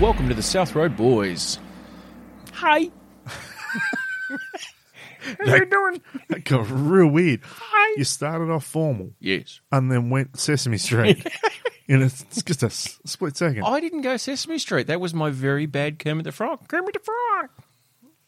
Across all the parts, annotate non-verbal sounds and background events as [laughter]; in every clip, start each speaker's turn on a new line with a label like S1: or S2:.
S1: Welcome to the South Road Boys.
S2: Hi. How you
S3: [laughs]
S2: doing?
S3: That got real weird.
S2: Hi.
S3: You started off formal
S1: Yes.
S3: and then went
S2: [laughs]
S3: Sesame Street. and it's, it's just a s- split second.
S2: Oh.
S1: I didn't go Sesame Street. That was my very bad Kermit the Frog.
S2: Kermit the Frog.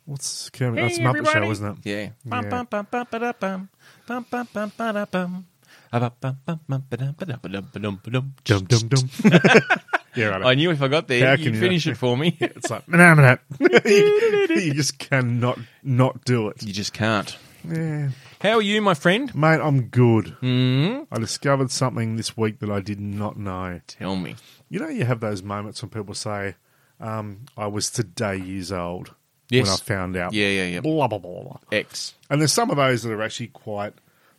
S3: What's Kermit? That's
S2: Hey,
S3: Muppet
S2: everybody.
S3: Show, isn't it?
S1: Yeah.
S2: Bum,
S3: Yeah.
S2: bum, bum, bum, ba-da-bum. Bum, bum, bum, ba-da-bum. Ah, bum, bum, bum, ba-dum, ba-dum, ba-dum, ba-dum, ba-dum.
S3: Dum dum dum.
S1: [laughs]
S3: [laughs] yeah, right.
S1: I knew if I got there,
S3: How
S1: you'd
S3: can you-
S1: finish it for me.
S3: it's like nah, nah, [laughs] nah. you, you just cannot not do it.
S1: [laughs] you just can't.
S3: Yeah.
S1: How are you, my friend?
S3: Mate, I'm good.
S1: Mm,
S3: I discovered something this week that I did not know.
S1: tell me.
S3: You know, you have those moments when people say, um, "I was today years old when I
S1: Yes.
S3: found out."
S1: Yeah, yeah, yeah.
S3: Blah blah blah blah.
S1: X.
S3: And there's some of those that are actually quite.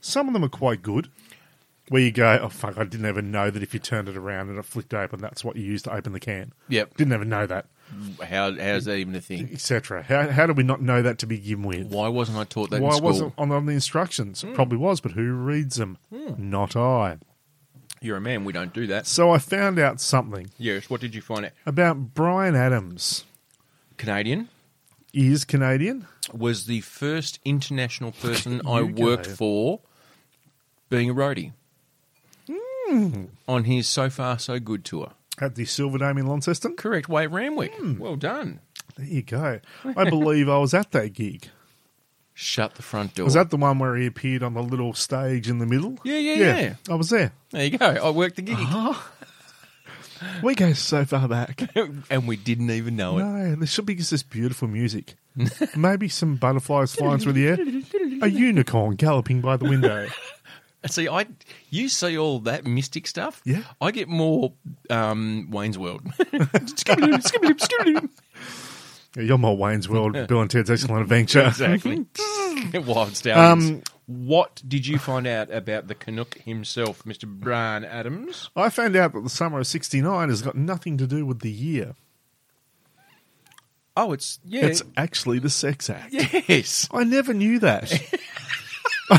S3: Some of them are quite good. Where you go, oh fuck! I didn't even know that if you turned it around and it flicked open, that's what you used to open the can.
S1: Yep.
S3: Didn't even know that,
S1: How how's that even a thing?
S3: etc. How how do we not know that to begin with?
S1: Why wasn't I taught that
S3: Why
S1: in school?
S3: wasn't on, on the instructions? It Probably was, but who reads them? Not I.
S1: You're a man. We don't do that.
S3: So I found out something
S1: Yes. What did you find out?
S3: about Brian Adams.
S1: Canadian
S3: He is Canadian.
S1: was the first international person
S3: You
S1: I worked
S3: go.
S1: for being a roadie
S3: Hmm.
S1: on his So Far So Good tour. Hmm.
S3: At the Silver Dome in Launceston.
S1: Correct, Way Ramwick. Well done.
S3: There you go.
S1: [laughs]
S3: I believe I was at that gig.
S1: Shut the front door.
S3: Was that the one where he appeared on the little stage in the middle?
S1: Yeah, yeah, yeah.
S3: I was there.
S1: there you go. I worked the gig.
S3: Ah. [laughs] We go so far back.
S1: [laughs] and we didn't even know it.
S3: No, there should be just this beautiful music. [laughs] Maybe some butterflies flying through the air.
S1: [laughs]
S3: A unicorn galloping by the window.
S1: See, I you see all that mystic stuff.
S3: Yeah.
S1: I get more um, Wayne's
S3: [laughs]
S1: World. [laughs] Skibidi-doo, skibidi-doo, skibidi-doo.
S3: Yeah, You're more Wayne's World, Bill and Ted's Excellent Adventure.
S1: exactly. [laughs] Wild stallions.
S3: Mm-hmm. Um,
S1: what did you find out about the Canuck himself, Mr. Brian Adams?
S3: [laughs] I found out that the summer of 69 has got nothing to do with the year.
S1: Oh, it's yeah,
S3: It's actually the sex act.
S1: [laughs] yes.
S3: I never
S1: [laughs]
S3: knew that. [laughs]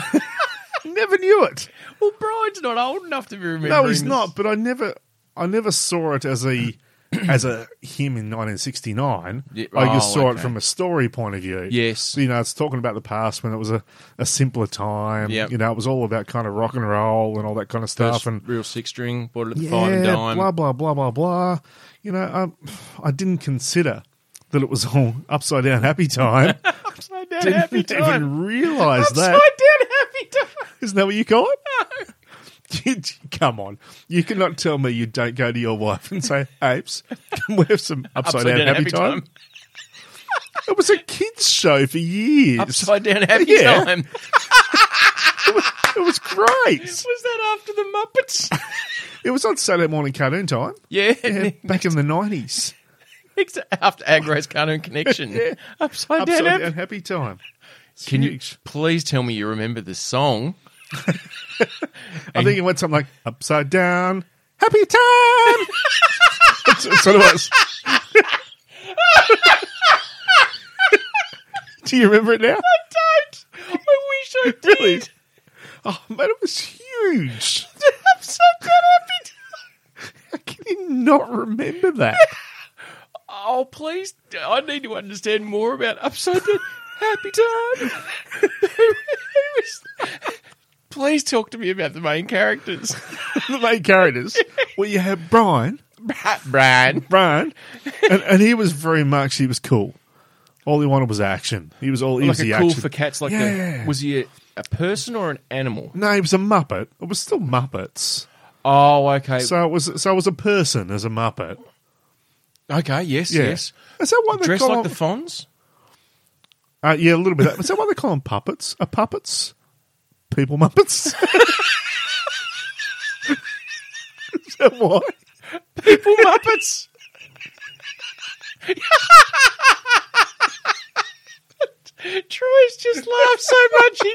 S3: never knew it.
S1: Well, Brian's not old enough to be remembering.
S3: No, he's
S1: this.
S3: not. But I never, I never saw it as a [clears throat] as a him in 1969.
S1: Yeah,
S3: I just
S1: oh,
S3: saw
S1: okay.
S3: it from a story point of view.
S1: Yes.
S3: you know, it's talking about the past when it was a, a simpler time.
S1: Yep.
S3: you know, it was all about kind of rock and roll and all that kind of stuff.
S1: First
S3: and
S1: real six string bought it at the five and
S3: yeah,
S1: dime.
S3: blah blah blah blah blah. You know, um, I didn't consider that it was all upside down happy time.
S1: Upside down
S3: [laughs] didn't
S1: [laughs] happy
S3: even
S1: time.
S3: realize
S1: Upside
S3: that.
S1: down happy time.
S3: Isn't that what you call it? You- [laughs] Come on. You cannot tell me you don't go to your wife and say, Apes, can we have some upside, down, happy, time? It was a kids' show for years.
S1: Upside down happy
S3: [laughs] Yeah.
S1: time.
S3: It was great.
S1: Was that after the Muppets? [laughs]
S3: It was on Saturday morning cartoon time.
S1: yeah, [laughs]
S3: Yeah, [laughs] back in the 90s.
S1: next to- after Agro's Cartoon Connection.
S3: [laughs] Yeah.
S1: Upside,
S3: Upside
S1: down.
S3: down,
S1: happy-
S3: happy time. It's
S1: Can you
S3: huge.
S1: please tell me you remember the song?
S3: I think it went something like, Upside down, happy time. [laughs] That's that's what it was. [laughs] Do you remember it now?
S1: I wish [laughs] I did.
S3: Really? Oh man, it was
S1: [laughs]
S3: huge.
S1: Upside down happy time.
S3: How can you not remember
S1: [laughs]
S3: that?
S1: Oh, please. I need to understand more about Upside Down Happy Time. [laughs] please talk to me about the main characters.
S3: the main characters. Well, you had Brian, [laughs]
S1: Brian.
S3: Brian, and, and he was very much he was cool. All he wanted was action. He was all he
S1: Like
S3: was
S1: a
S3: the
S1: cool
S3: action.
S1: for cats. Like
S3: Yeah.
S1: a, Was he a, a person or an animal?
S3: no, he was a Muppet. It was still Muppets.
S1: Oh, okay.
S3: So it was so it was a person as a Muppet.
S1: okay, yes,
S3: Yeah.
S1: yes.
S3: Is that one they
S1: Dressed
S3: call
S1: like the
S3: them-
S1: Fonz?
S3: uh, yeah, a little bit. of that. Is that why they call them puppets? Are puppets people Muppets? [laughs] Is that why?
S1: People Muppets. Troy's just laughed so much he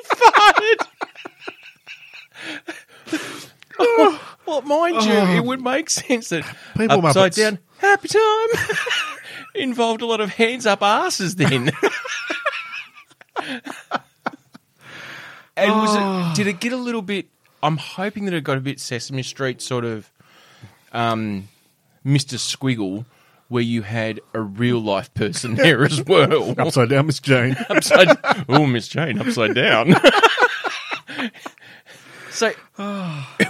S1: farted. well, Oh, mind you, it would make sense that
S3: People
S1: upside
S3: Muppets.
S1: down happy time [laughs] involved a lot of hands up asses then. and was
S3: Oh.
S1: it, did it get a little bit? I'm hoping that it got a bit Sesame Street sort of um, Mr. Squiggle, where you had a real life
S3: [laughs]
S1: person there as well.
S3: Upside down, Miss Jane.
S1: [laughs] upside, oh, Miss Jane, upside down. [laughs]
S3: [sighs]
S1: so,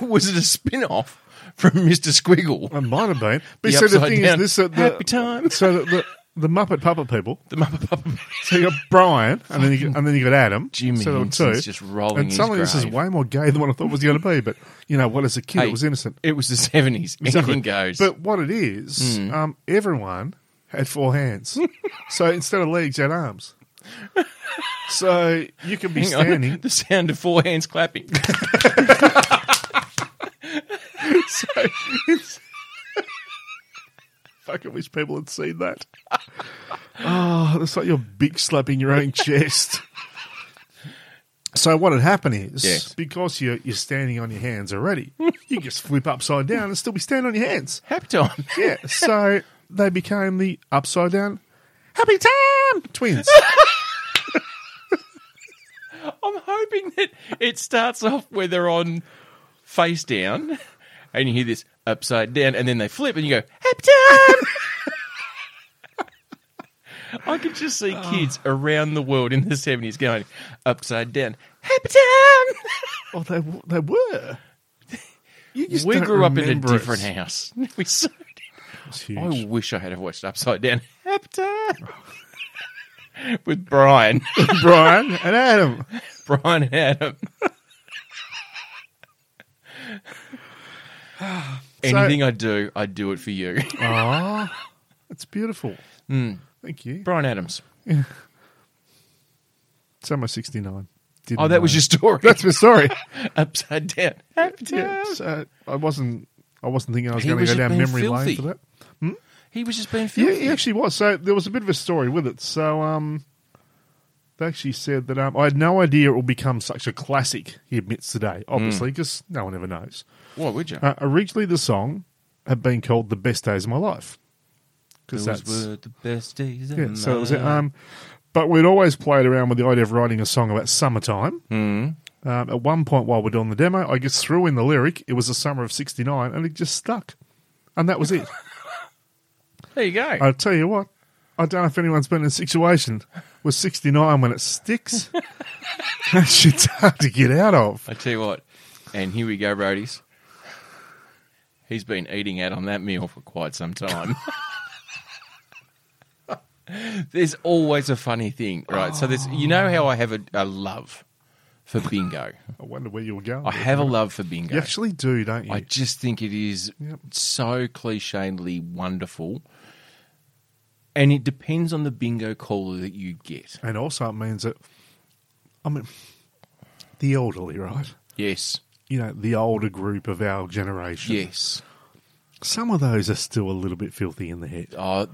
S1: was it a spin off from Mr. Squiggle?
S3: I might have been. But
S1: The
S3: so the
S1: upside
S3: thing
S1: down.
S3: is, this uh, the,
S1: Happy time.
S3: [laughs] So the, the, the Muppet Puppet people.
S1: The Muppet Puppet
S3: So you got Brian, and then you got, and then you got Adam.
S1: Jimmy
S3: so there were
S1: Henson's just rolling
S3: And
S1: his
S3: suddenly this is
S1: grave.
S3: way more gay than what I thought it was going to be. But you know what? As a kid,
S1: Hey,
S3: it was innocent.
S1: It was the seventies.
S3: [laughs]
S1: Anything goes. Hmm.
S3: But what it is, um, everyone had
S1: [laughs]
S3: four hands. so instead of legs, you had arms. So you can be
S1: Hang on.
S3: standing.
S1: the sound of four hands
S3: [laughs]
S1: clapping.
S3: so it's. Fuck, I wish people had seen
S1: [laughs]
S3: that. Oh, that's like you're big slapping your own chest. So what had happened is
S1: Yes.
S3: because you're you're standing on your hands already, you just flip upside down and still be standing on your hands.
S1: Happy time.
S3: Yeah. So they became the upside down happy time twins.
S1: I'm hoping that it starts off where they're on face down, and you hear this upside down, and then they flip, and you go happy time. I could just see kids around the world in the seventies going upside down, happy time.
S3: Oh, they w- they were. [laughs] You just
S1: we
S3: don't
S1: grew up in a
S3: remember it.
S1: different house. [laughs] We so
S3: It's huge.
S1: I wish I had have watched Upside Down Happy Time [laughs] with Brian,
S3: Oh, Brian and Adam.
S1: Brian and Adam. Anything I do, I do it for
S3: [laughs]
S1: you,
S3: Oh, it's beautiful.
S1: Hmm.
S3: Thank you.
S1: Brian Adams.
S3: Summer 69. Didn't
S1: Oh, that was
S3: know.
S1: your story.
S3: That's my story.
S1: [laughs] Upside Down Happy Time.
S3: yeah, so I wasn't. I wasn't thinking I was
S1: He
S3: going to
S1: was
S3: go
S1: just
S3: down
S1: being
S3: memory
S1: filthy.
S3: lane for that.
S1: He was just being
S3: Yeah,
S1: filthy.
S3: he actually was. So there was a bit of a story with it. So um, they actually said that um, I had no idea it will become such a classic. He admits today,
S1: Hmm.
S3: obviously, because no one ever knows.
S1: Why would you?
S3: Uh, originally, the song had been called "The Best Days of My Life" because
S1: Those
S3: that's
S1: were the best days of
S3: Yeah, so it was it.
S1: my life.
S3: Um, but we'd always played around with the idea of writing a song about summertime.
S1: Hmm.
S3: Um, at one point while we're doing the demo, I just threw in the lyric, it was the summer of 69, and it just stuck. And that
S1: [laughs]
S3: was it.
S1: there you go.
S3: I'll tell you what, I don't know if anyone's been in a situation with 69 when
S1: [laughs]
S3: it sticks. that shit's hard to get out of.
S1: I tell you what, and here we go, Roadies. He's been eating out on that meal for quite some time. [laughs] there's always a funny thing, right? So there's, you know how I have a, a love for bingo.
S3: I wonder where you were going.
S1: I have a love for bingo.
S3: you actually do, don't you?
S1: I just think it is
S3: Yep.
S1: so clichédly wonderful, and it depends on the bingo caller that you get.
S3: and also, it means that, I mean, the elderly, right?
S1: Yes,
S3: You know, the older group of our generation.
S1: yes.
S3: Some of those are still a little bit filthy in the head.
S1: Oh,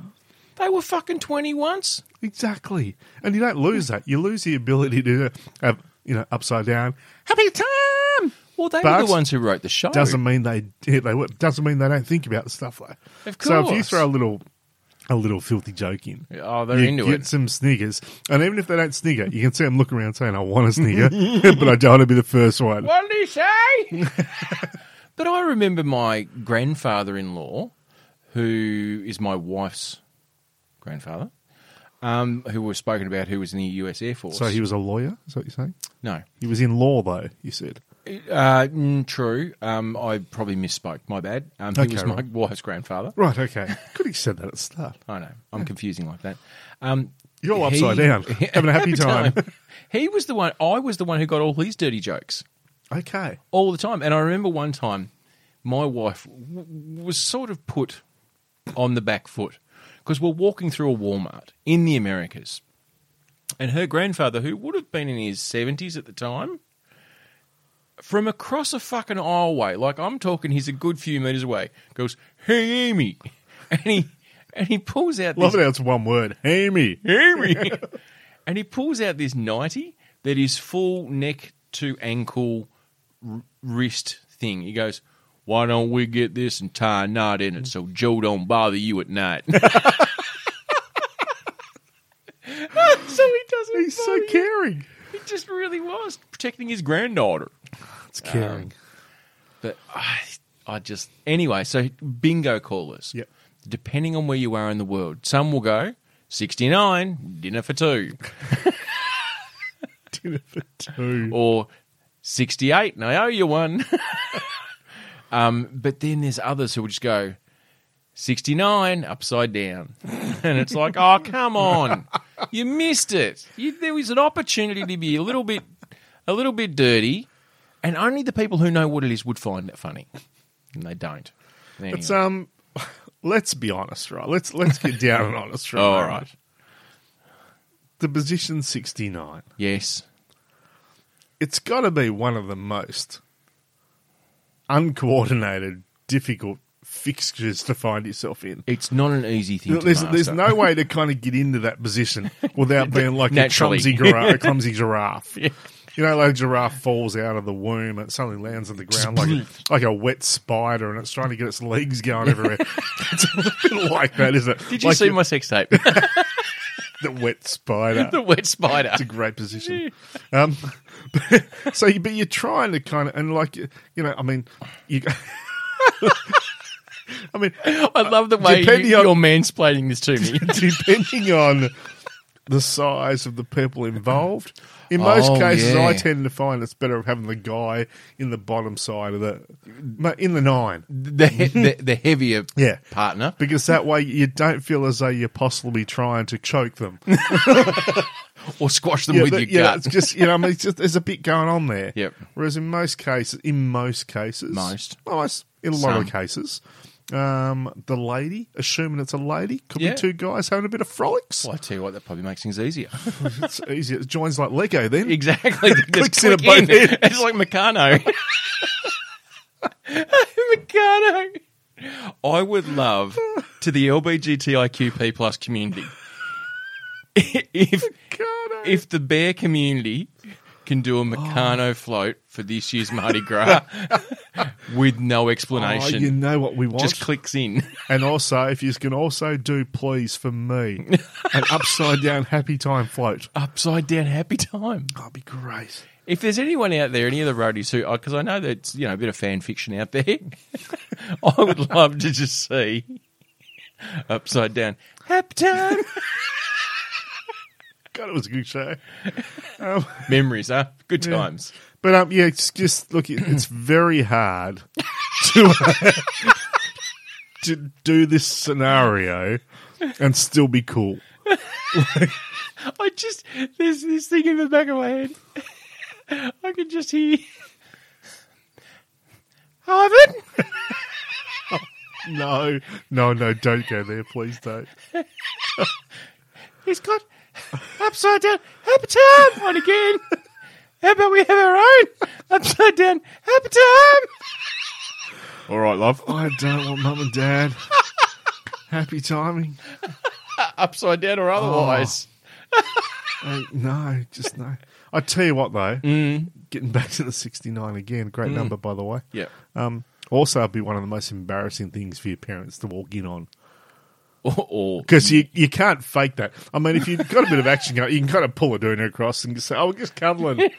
S1: they were fucking twenty once.
S3: Exactly. And you don't lose that. You lose the ability to have, you know, upside down. Happy time!
S1: Well, they were
S3: But
S1: the ones who wrote the show.
S3: Doesn't mean they yeah, they work. doesn't mean they don't think about the stuff though.
S1: Of
S3: So if you
S1: course.
S3: throw a little a little filthy joke in,
S1: Oh, they're
S3: you
S1: into
S3: get
S1: it.
S3: some sniggers. And even if they don't snigger, you can see them look around saying, I want a snigger, [laughs] but I don't want to be the first one.
S1: What did he say?
S3: [laughs]
S1: [laughs] but I remember my grandfather in law, who is my wife's grandfather, um, who was spoken about, who was in the US Air Force.
S3: So he was a lawyer, is that what you're saying?
S1: No.
S3: He was in law though, you said.
S1: Uh, mm, true. Um, I probably misspoke. My bad. Um, he
S3: Okay,
S1: was my
S3: right.
S1: wife's grandfather.
S3: Right, okay. Could he said that at the start?
S1: I know. I'm confusing like that. Um,
S3: You're all upside
S1: [laughs]
S3: down. Having a happy time.
S1: he was the one, I was the one who got all his dirty jokes.
S3: Okay.
S1: all the time. And I remember one time, my wife w- was sort of put on the back foot because we're walking through a Walmart in the Americas, and her grandfather, who would have been in his seventies at the time, from across a fucking aisleway, like I'm talking, he's a good few meters away, goes, "Hey, Amy," [laughs] and he and he pulls out
S3: Love
S1: this
S3: it how it's one word. Amy. [laughs]
S1: Amy. and he pulls out this 90 that is full neck to ankle r- wrist thing. He goes, Why don't we get this and tie a knot in it so Joe don't bother you at
S3: [laughs]
S1: night? [laughs] so he doesn't.
S3: He's so
S1: bother you.
S3: caring.
S1: He just
S3: Um,
S1: really was protecting his granddaughter.
S3: It's caring.
S1: But I, I just anyway. So bingo callers.
S3: Yep.
S1: Depending on where you are in the world, some will go sixty nine dinner for two,
S3: Dinner for two.
S1: or sixty eight and I owe you one. [laughs] um, but then there's others who will just go sixty nine upside down, [laughs] and it's like, oh come on, you missed it. You, there was an opportunity to be a little bit, a little bit dirty, and only the people who know what it is would find it funny, and they don't. Anyway.
S3: It's, um, let's be honest, right? Let's let's get down and honest, right?
S1: All right.
S3: The position sixty nine.
S1: Yes.
S3: It's got to be one of the most uncoordinated, difficult fixtures to find yourself in.
S1: It's not an easy thing. to
S3: There's, there's
S1: master.
S3: no way to kind of get into that position
S1: [laughs]
S3: without being like a
S1: Naturally. [laughs]
S3: clumsy, gira- a clumsy giraffe. You know, like a giraffe falls out of the womb and suddenly lands on the ground like a, like a wet spider and it's trying to get its legs going everywhere. [laughs] it's a little bit like that, isn't it?
S1: Did you
S3: Like
S1: see my sex tape? [laughs]
S3: the wet spider?
S1: the wet spider.
S3: [laughs] It's a great position. Um, [laughs] but, so, you, but you're trying to kind of, and like, you know, I mean, you. [laughs] I mean,
S1: I love the way
S3: Depending
S1: you,
S3: on-
S1: you're mansplaining this to me.
S3: [laughs] depending on the size of the people involved. In most
S1: Oh,
S3: cases,
S1: yeah.
S3: I tend to find it's better of having the guy in the bottom side of the in the nine
S1: the, the,
S3: [laughs]
S1: the heavier
S3: Yeah.
S1: partner.
S3: because that way you don't feel as though you're possibly trying to
S1: [laughs]
S3: choke them.
S1: Or squash them
S3: yeah,
S1: with
S3: that-
S1: your
S3: yeah,
S1: gut.
S3: it's just you know, I mean, it's just, there's a bit going on there.
S1: Yep.
S3: Whereas in most cases, in most cases,
S1: Most.
S3: most in a lot
S1: Some.
S3: of cases, um, the lady, assuming it's a lady, could
S1: Yeah.
S3: be two guys having a bit of frolics.
S1: Well, I tell you what, that probably makes things easier.
S3: [laughs]
S1: [laughs]
S3: It's easier. It joins like Lego then.
S1: Exactly. Just
S3: [laughs] Clicks in at
S1: click
S3: both ends.
S1: [laughs] It's like Meccano. Meccano. I would love to the LBGTIQP plus community [laughs] if
S3: God,
S1: if the bear community can do a Meccano
S3: Oh.
S1: float for this year's Mardi Gras
S3: [laughs]
S1: with no
S3: Oh,
S1: explanation,
S3: you know what we want.
S1: just clicks in. [laughs]
S3: and also, if you can also do please for me, [laughs] an upside down happy time float. Oh,
S1: Upside down happy time.
S3: That'd be great.
S1: If there's anyone out there, any of the roadies who, because I know that's you know a bit of fan fiction out there, [laughs] I would love to just see upside down happy time [laughs]
S3: God, it was a good show.
S1: memories. Huh? Good times.
S3: But um, yeah, it's just look, it, [clears throat] it's very hard to [laughs] to do this scenario and still be cool.
S1: I just there's this thing in the back of my head. [laughs] I could just hear Ivan.
S3: No, no, no, don't go there, please don't.
S1: He's got upside down happy time on again. How about we have our own upside down happy time?
S3: All right, love. I don't want mum and [laughs] dad. Happy timing.
S1: Upside down or otherwise.
S3: Uh, no, just no. I tell you what, though, getting back to the 69 again, great number, by the way.
S1: Mm. Yeah.
S3: Um, also, it'd be one of the most embarrassing things for your parents to walk in on
S1: Or, or
S3: because you, you can't fake that. I mean, if you've got a bit of action going, you can kind of pull a doona across and just say, "Oh, we're
S1: [laughs]
S3: just cuddling."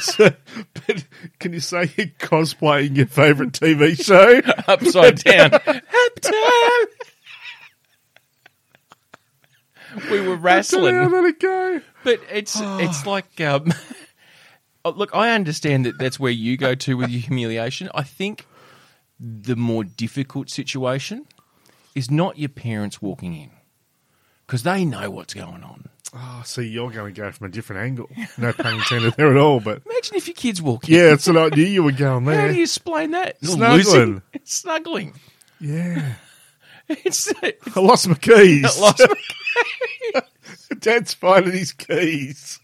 S3: So, [laughs] but can you say you're cosplaying your favourite TV
S1: [laughs]
S3: show?
S1: upside down. happy time. [laughs] We were
S3: Yeah,
S1: wrestling,
S3: let it go.
S1: but it's it's like um, [laughs] oh, look. I understand that that's where you go to with your humiliation. I think the more difficult situation is not your parents walking in because they know what's going on.
S3: Oh, see, you're going to go from a different angle. No pun intended there at all, but
S1: Imagine if your kids walk in.
S3: yeah, it's an I knew you were going
S1: How do you
S3: there.
S1: explain that?
S3: Snuggling.
S1: Losing- [laughs] Snuggling.
S3: Yeah,
S1: It's, it's
S3: I lost my keys.
S1: [laughs] lost my
S3: [laughs] Dad's finding his keys.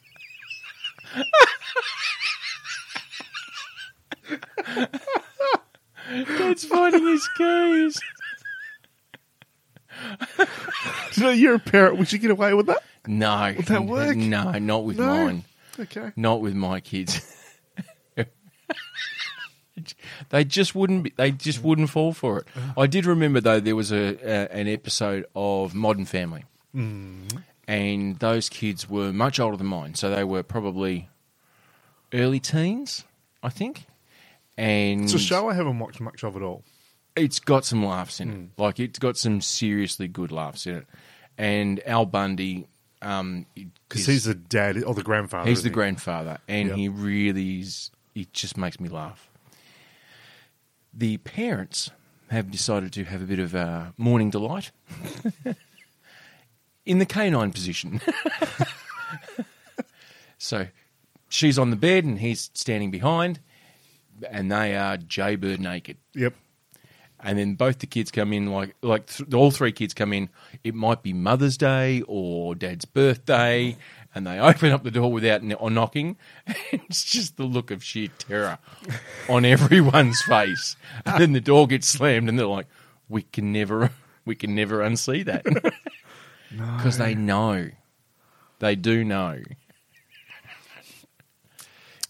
S1: dad's finding his keys.
S3: So you're a parent. Would you get away with that?
S1: [laughs] No. Would
S3: that work?
S1: No, not with
S3: No?
S1: mine.
S3: Okay.
S1: Not with my kids. [laughs] they just wouldn't. Be, they just wouldn't fall for it.
S3: Uh-huh.
S1: I did remember though there was a, a an episode of Modern Family,
S3: Mm-hmm.
S1: and those kids were much older than mine, so they were probably early teens, I think. And Mm.
S3: It's a show I haven't watched much of at all.
S1: it's got some laughs in
S3: Mm.
S1: it. Like it's got some seriously good laughs in it. And Al Bundy, um,
S3: Because
S1: is-
S3: he's the dad or the grandfather.
S1: he's the
S3: isn't he?
S1: grandfather, and
S3: Yep.
S1: he really is. He just makes me laugh. The parents have decided to have a bit of uh, morning delight [laughs] in the canine position. [laughs] so she's on the bed, and he's standing behind, and they are jaybird naked
S3: Yep.
S1: and then both the kids come in like like th- all three kids come in it might be mother's day or dad's birthday and they [laughs] open up the door without kn- or knocking [laughs] it's just the look of sheer terror on everyone's face and then the door gets slammed and they're like we can never we can never unsee that because they know they do know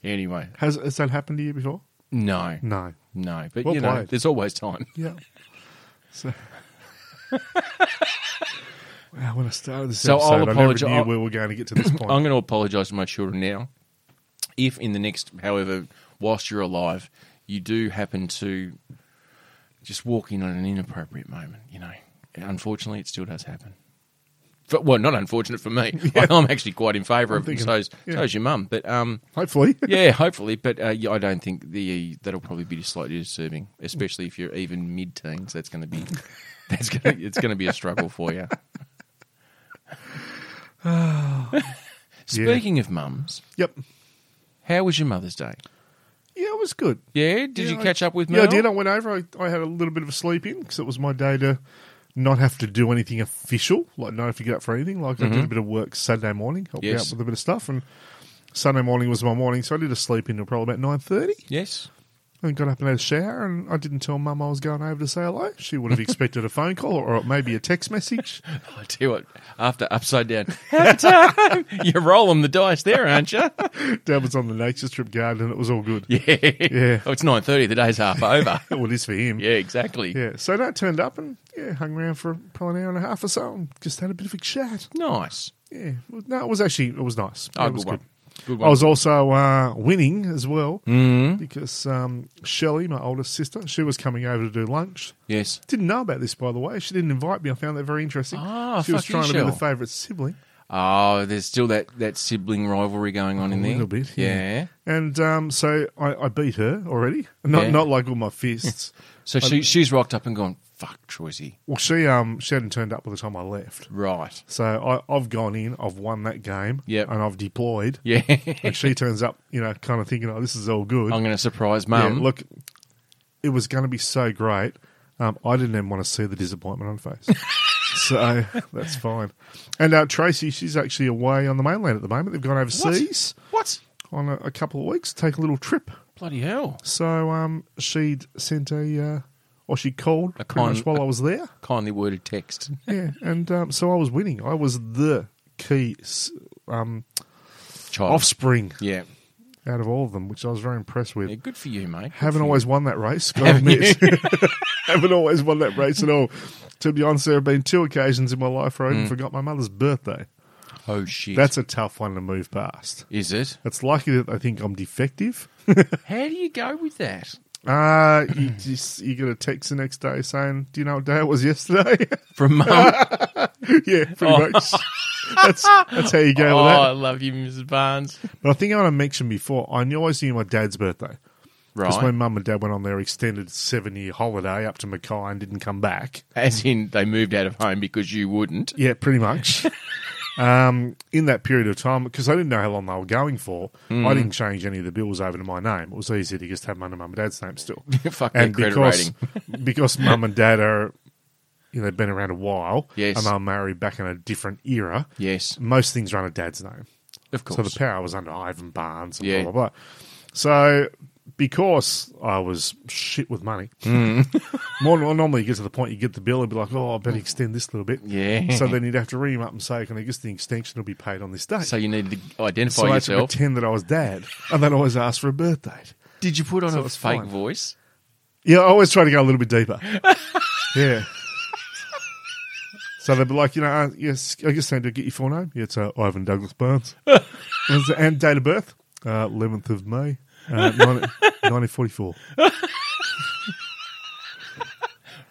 S1: anyway
S3: Has, has that happened to you before?
S1: no
S3: No.
S1: no but
S3: Well
S1: you know
S3: played.
S1: there's always time
S3: Yeah. So. [laughs] wow, when I started this
S1: So I'll
S3: episode, I never
S1: apologi-
S3: knew
S1: I'll-
S3: we were going to get
S1: [coughs]
S3: to this point.
S1: I'm going to apologise to my children now. If in the next, however, whilst you're alive, you do happen to just walk in on an inappropriate moment, you know, unfortunately, it still does happen. For, well, not unfortunate for
S3: [laughs]
S1: me. I'm actually quite in favour of it.
S3: thinking-
S1: So is,
S3: yeah.
S1: so is your mum, but um,
S3: Hopefully.
S1: yeah, hopefully. But uh, yeah, I don't think the that'll probably be slightly disturbing, especially if you're even mid-teens. That's going to be [laughs] that's going to it's going to be a struggle for
S3: [sighs]
S1: you. Speaking of mums,
S3: Yep.
S1: how was your Mother's Day?
S3: Yeah, it was good.
S1: Yeah, did you
S3: Yeah, I-
S1: catch up with me?
S3: Yeah, I did. I went over. I, I had a little bit of a sleep in because it was my day to not have to do anything official, like not have to get up for anything. Like I did a bit of work Saturday morning, helped
S1: Mm-hmm. Yes.
S3: out with a bit of stuff, and Sunday morning was my morning, so I did a sleep in until probably about nine thirty,
S1: Yes. [laughs]
S3: and got up and had a shower. And I didn't tell Mum I was going over to say hello.
S1: [laughs]
S3: She would have expected a phone call or maybe a text message.
S1: I tell you what, after upside
S3: [laughs]
S1: down, have [laughs] time. you roll on the dice there, aren't you?
S3: Dad was on the nature strip garden, and it was all good.
S1: Yeah.
S3: [laughs] Yeah.
S1: Oh, it's nine thirty. The day's half over.
S3: [laughs] Well, it is for him.
S1: yeah, exactly.
S3: Yeah, so that turned up and yeah, hung around for probably an hour and a half or so, and just had a bit of a chat.
S1: Nice.
S3: Yeah, well, no, it was actually it was nice.
S1: Oh,
S3: It
S1: good
S3: was
S1: one. Good
S3: I
S1: one. Mm-hmm.
S3: was also uh, winning as well because um, Shelley, my oldest sister, she was coming over to do lunch.
S1: yes.
S3: Didn't know about this, by the way. She didn't invite me. I found that very interesting.
S1: Ah,
S3: she was
S1: fuck you,
S3: trying to be
S1: Shell.
S3: the favourite sibling
S1: Oh, there's still that, that sibling rivalry going on in
S3: a
S1: there.
S3: little bit.
S1: Yeah.
S3: and um, so I, I beat her already. Not
S1: Yeah.
S3: not like all my fists. [laughs]
S1: So she, she's rocked up and gone, fuck, Troisy.
S3: well, she um she hadn't turned up by the time I left.
S1: Right. [laughs]
S3: So I, I've gone in, I've won that game,
S1: Yep.
S3: and I've deployed.
S1: Yeah. I'm
S3: And she turns up, you know, kind of thinking, "Oh, this is all good."
S1: going to surprise
S3: Yeah,
S1: mum.
S3: look, it was going to be so great. Um, I didn't even want to see the disappointment on
S1: [laughs]
S3: her face. so that's fine. And uh, Tracy, she's actually away on the mainland at the moment. They've gone overseas
S1: What?
S3: on a, a couple of weeks, take a little trip.
S1: Bloody hell.
S3: So um, she'd sent a, uh, or she called
S1: A
S3: pretty
S1: con-
S3: much while I was there.
S1: Kindly worded text.
S3: Yeah, and um, so I was winning. I was the key s- um,
S1: Child.
S3: offspring
S1: Yeah.
S3: out of all of them, which I was very impressed with.
S1: yeah. Good for you, mate. Good
S3: Haven't
S1: for you.
S3: always won that race, got to admit. [laughs]
S1: [laughs]
S3: Haven't always won that race at all. To be honest, there have been two occasions in my life where I
S1: Mm.
S3: even forgot my mother's birthday.
S1: Oh, shit.
S3: That's a tough one to move past.
S1: Is
S3: [laughs]
S1: it?
S3: It's likely that they think I'm defective.
S1: How do you go with that?
S3: Uh,
S1: [laughs]
S3: you just you get a text the next day saying, "Do you know what day it was yesterday?" [laughs]
S1: From [laughs] mum.
S3: yeah, pretty much. That's that's how you go
S1: oh,
S3: with
S1: I
S3: that.
S1: love you, Mrs.
S3: [laughs]
S1: Barnes.
S3: But I think I want to mention before I knew I always knew my dad's birthday because
S1: Right.
S3: my mum and dad went on their extended seven year holiday up to Mackay and didn't come back.
S1: As in, they moved out of home because you wouldn't. [laughs]
S3: Yeah, pretty much. um, in that period of time, because I didn't know how long they were going for, I
S1: Mm.
S3: didn't change any of the bills over to my name. It was easy to just have my mum and dad's name still.
S1: [laughs] Fuck their
S3: and
S1: credit
S3: because
S1: rating.
S3: [laughs] because mum and dad are, you know, they've been around a while,
S1: Yes.
S3: and they're married back in a different era.
S1: Yes.
S3: Most things run a dad's name,
S1: Of course.
S3: so the power was under Ivan Barnes and
S1: Yeah.
S3: blah blah blah. So. Because I was shit with money,
S1: Hmm.
S3: [laughs] more normally you get to the point you get the bill and be like, "Oh, I better extend this a little bit."
S1: yeah.
S3: So then you'd have to ring him up and say, "Can I guess the extension will be paid on this date?"
S1: So you needed to
S3: So
S1: identify
S3: I had to
S1: yourself.
S3: pretend that I was dad, and then always ask for a birth date.
S1: Did you put on
S3: So
S1: a
S3: it's
S1: fake
S3: fine.
S1: voice?
S3: Yeah, I always try to go a little bit deeper. yeah. So they'd be like, you know, uh, yes, I guess they need to get your full name. Yeah, it's uh, Ivan Douglas Barnes. and, it's- and date of birth, uh, eleventh of uh, May, nineteen forty-four.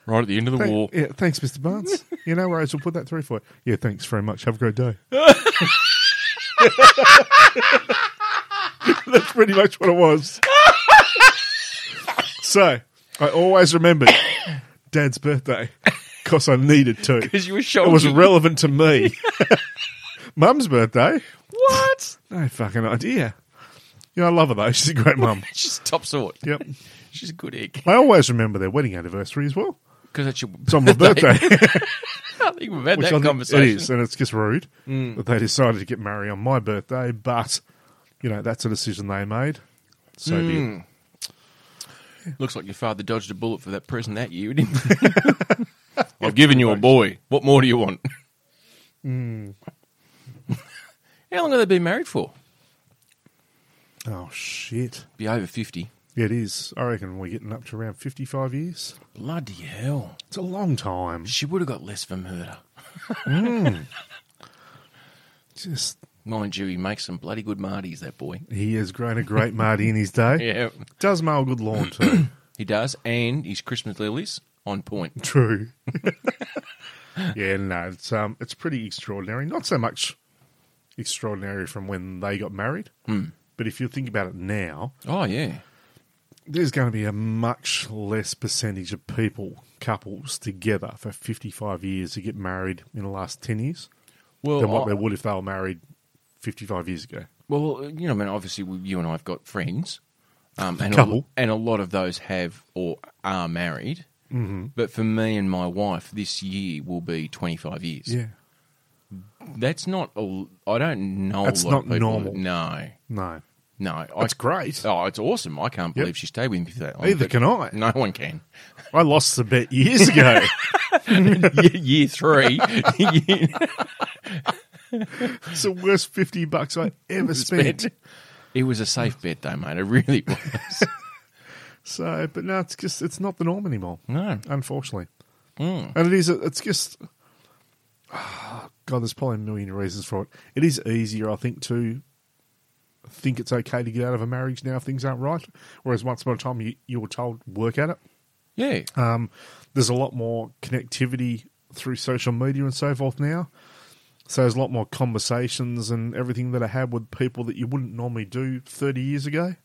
S1: right at the end of the [laughs]
S3: Thank-
S1: war.
S3: yeah, thanks, Mr. Barnes. [laughs] you know, Rose, we'll put that through for you. Yeah, thanks very much. Have a great day. [laughs] That's pretty much what it was. so, I always remembered Dad's birthday because I needed to.
S1: Because you were
S3: It was
S1: shouldering.
S3: relevant
S1: [laughs]
S3: to me. Mum's birthday?
S1: what?
S3: No fucking idea. Yeah, I love her though. She's a
S1: [laughs]
S3: great mum.
S1: She's top sort.
S3: Yep.
S1: She's a good [laughs] egg.
S3: I always remember their wedding anniversary as well.
S1: Because [laughs] that's your.
S3: It's on my birthday.
S1: I think we've had
S3: Which
S1: that
S3: I think
S1: conversation. [laughs]
S3: It is, and it's just rude that they decided to get married on my birthday. But you know, that's a decision they made. So be
S1: Hmm.
S3: it.
S1: Looks like your father dodged a bullet for that prison that year, didn't he? [laughs] I've given you a boy. What more do you want? [laughs] Hmm. How long have they been married for?
S3: Oh shit!
S1: Be over 50.
S3: Yeah, it is. I reckon we're getting up to around fifty-five years.
S1: Bloody hell.
S3: It's a long time.
S1: She would have got less for murder.
S3: Just
S1: Mind you, he makes some bloody good Mardies, that boy.
S3: he has grown
S1: [laughs]
S3: a great Marty in his day.
S1: Yeah.
S3: Does mow a good
S1: [coughs]
S3: lawn too.
S1: He does. And his Christmas lilies on point.
S3: True. [laughs] yeah, no, it's um, it's pretty extraordinary. Not so much extraordinary from when they got married,
S1: Hmm.
S3: but if you think about it now,
S1: Oh, yeah.
S3: there's going to be a much less percentage of people, couples together for 55 years to get married in the last 10 years
S1: Well,
S3: than what
S1: Oh, I-
S3: they would if they were married 55 years ago.
S1: Well, you know, I mean, obviously, we- you and I have got friends, um, and A,
S3: Couple.
S1: and a lot of those have or are married. Mm-hmm. But for me and my wife, this year will be twenty five years. That's not. A, l- I don't know.
S3: That's
S1: a lot of
S3: not
S1: people-
S3: normal.
S1: No,
S3: No.
S1: no.
S3: That's
S1: I,
S3: great.
S1: Oh, it's awesome. I can't
S3: Yep.
S1: believe she stayed with me for that long.
S3: Neither
S1: but
S3: can I.
S1: No one can. [laughs]
S3: I lost the bet years ago.
S1: year, year three, [laughs] year-
S3: it's the worst 50 bucks I ever
S1: [laughs]
S3: spent.
S1: spent. It was a safe bet, though, mate. It really was.
S3: [laughs] So, but no, it's just, it's not the norm anymore.
S1: No. Mm.
S3: Unfortunately. And it is, it's just, ah, God, there's probably a million reasons for it. It is easier, I think, to think it's okay to get out of a marriage now if things aren't right. Whereas once upon a time, you, you were told, work at it.
S1: Yeah.
S3: Um, there's a lot more connectivity through social media and so forth now. So there's a lot more conversations and everything that I had with people that you wouldn't normally do 30 years ago.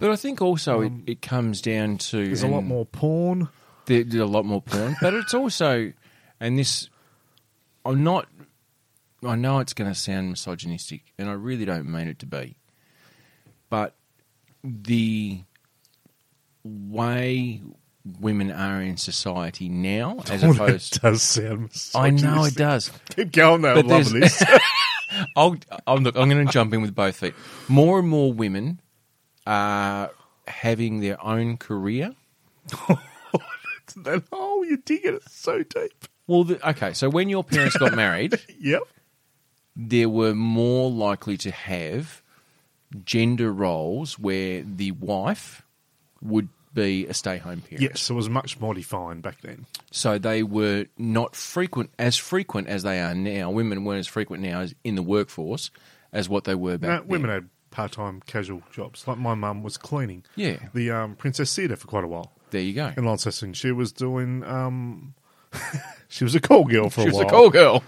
S1: But I think also it, it comes down to
S3: Um, There's a lot
S1: and-
S3: more porn.
S1: There- There's a lot more porn, but it's also, and this, I'm not. I know it's going to sound misogynistic, and I really don't mean it to be, but the way women are in society
S3: [laughs]
S1: now, as
S3: Well,
S1: opposed,
S3: Oh, that does sound.
S1: I know it
S3: misogynistic.
S1: does.
S3: Keep going though. I'm
S1: But there's-
S3: loving this.
S1: I'll, I'm, look, I'm going to jump in with both feet. More and more women are having their own career. [laughs]
S3: That- oh, you're digging it so deep.
S1: Well, the, okay, so when your parents got
S3: [laughs]
S1: married,
S3: Yep.
S1: they were more likely to have gender roles where the wife would be a stay-home parent.
S3: Yes, it was much more defined back then.
S1: So they were not frequent as frequent as they are now. Women weren't as frequent now as in the workforce as what they were back
S3: No,
S1: then.
S3: Uh, women had part-time casual jobs. Like my mum was cleaning.
S1: Yeah.
S3: The um, Princess Theatre for quite a while
S1: There you go.
S3: in Launceston. She was doing. Um, [laughs] she was a call girl for
S1: She
S3: a
S1: was
S3: while.
S1: a call girl.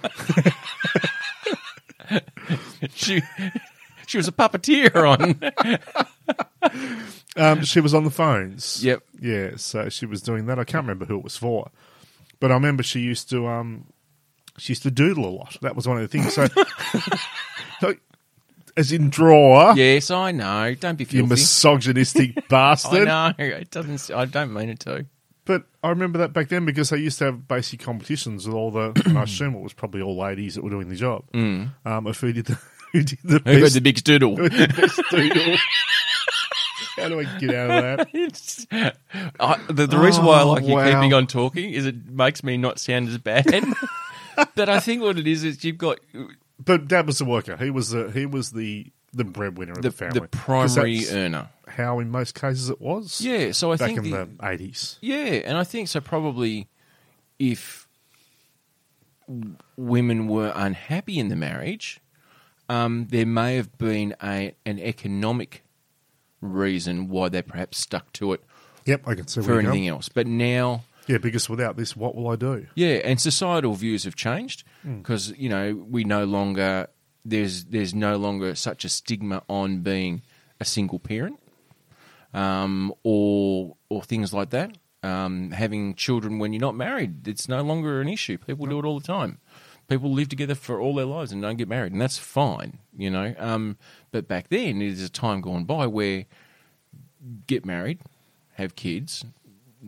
S3: [laughs]
S1: [laughs] she she was a puppeteer
S3: [laughs]
S1: on.
S3: Um, she was on the phones.
S1: Yep.
S3: Yeah, so she was doing that. I can't remember who it was for, but I remember she used to um, she used to doodle a lot. That was one of the things. So, [laughs] like, as in draw,
S1: yes, I know. Don't be
S3: you
S1: filthy. [laughs]
S3: misogynistic
S1: I
S3: bastard.
S1: know. It doesn't. I don't mean it to.
S3: But I remember that back then because they used to have basic competitions with
S1: [clears throat]
S3: all the. and I assume it was probably all ladies that were doing the job. Mm. Um, of who did the [laughs] who did the
S1: Hmm. Who got
S3: best,
S1: the big doodle?
S3: [laughs] who did the best doodle. How do I get out of that?
S1: It's- I, the, the reason why I
S3: Oh,
S1: like you
S3: wow.
S1: keeping on talking is it makes me not sound as bad. [laughs] but I think what it is is you've got
S3: But Dad was the worker. He was the he was the the breadwinner of
S1: the,
S3: the,
S1: the,
S3: family. 'Cause
S1: primary
S3: that's
S1: earner.
S3: how in most cases it was.
S1: Yeah, so I
S3: back
S1: think
S3: in
S1: the-
S3: the eighties.
S1: Yeah, and I think so. Probably if w- women were unhappy in the marriage, um, there may have been a an economic reason why they perhaps stuck to it
S3: Yep, I can see
S1: for
S3: where you're
S1: anything
S3: going.
S1: else. But now
S3: Yeah, because without this, what will I do?
S1: Yeah, and societal views have changed because you know we no longer there's there's no longer such a stigma on being a single parent, um, or or things like that. Um, having children when you're not married, it's no longer an issue. People do it all the time. People live together for all their lives and don't get married, and that's fine, you know. Um, but back then, there's a time gone by where get married, have kids,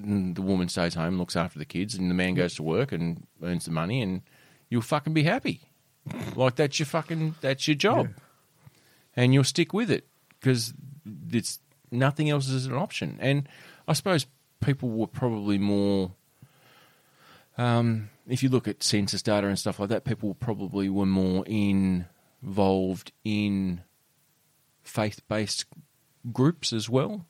S1: and the woman stays home, looks after the kids, and the man goes to work and earns the money, and you'll fucking be happy. Like that's your fucking that's your job, and you'll stick with it because it's nothing else is an option. And I suppose people were probably more. Um, if you look at census data and stuff like that, people probably were more involved in faith-based groups as well.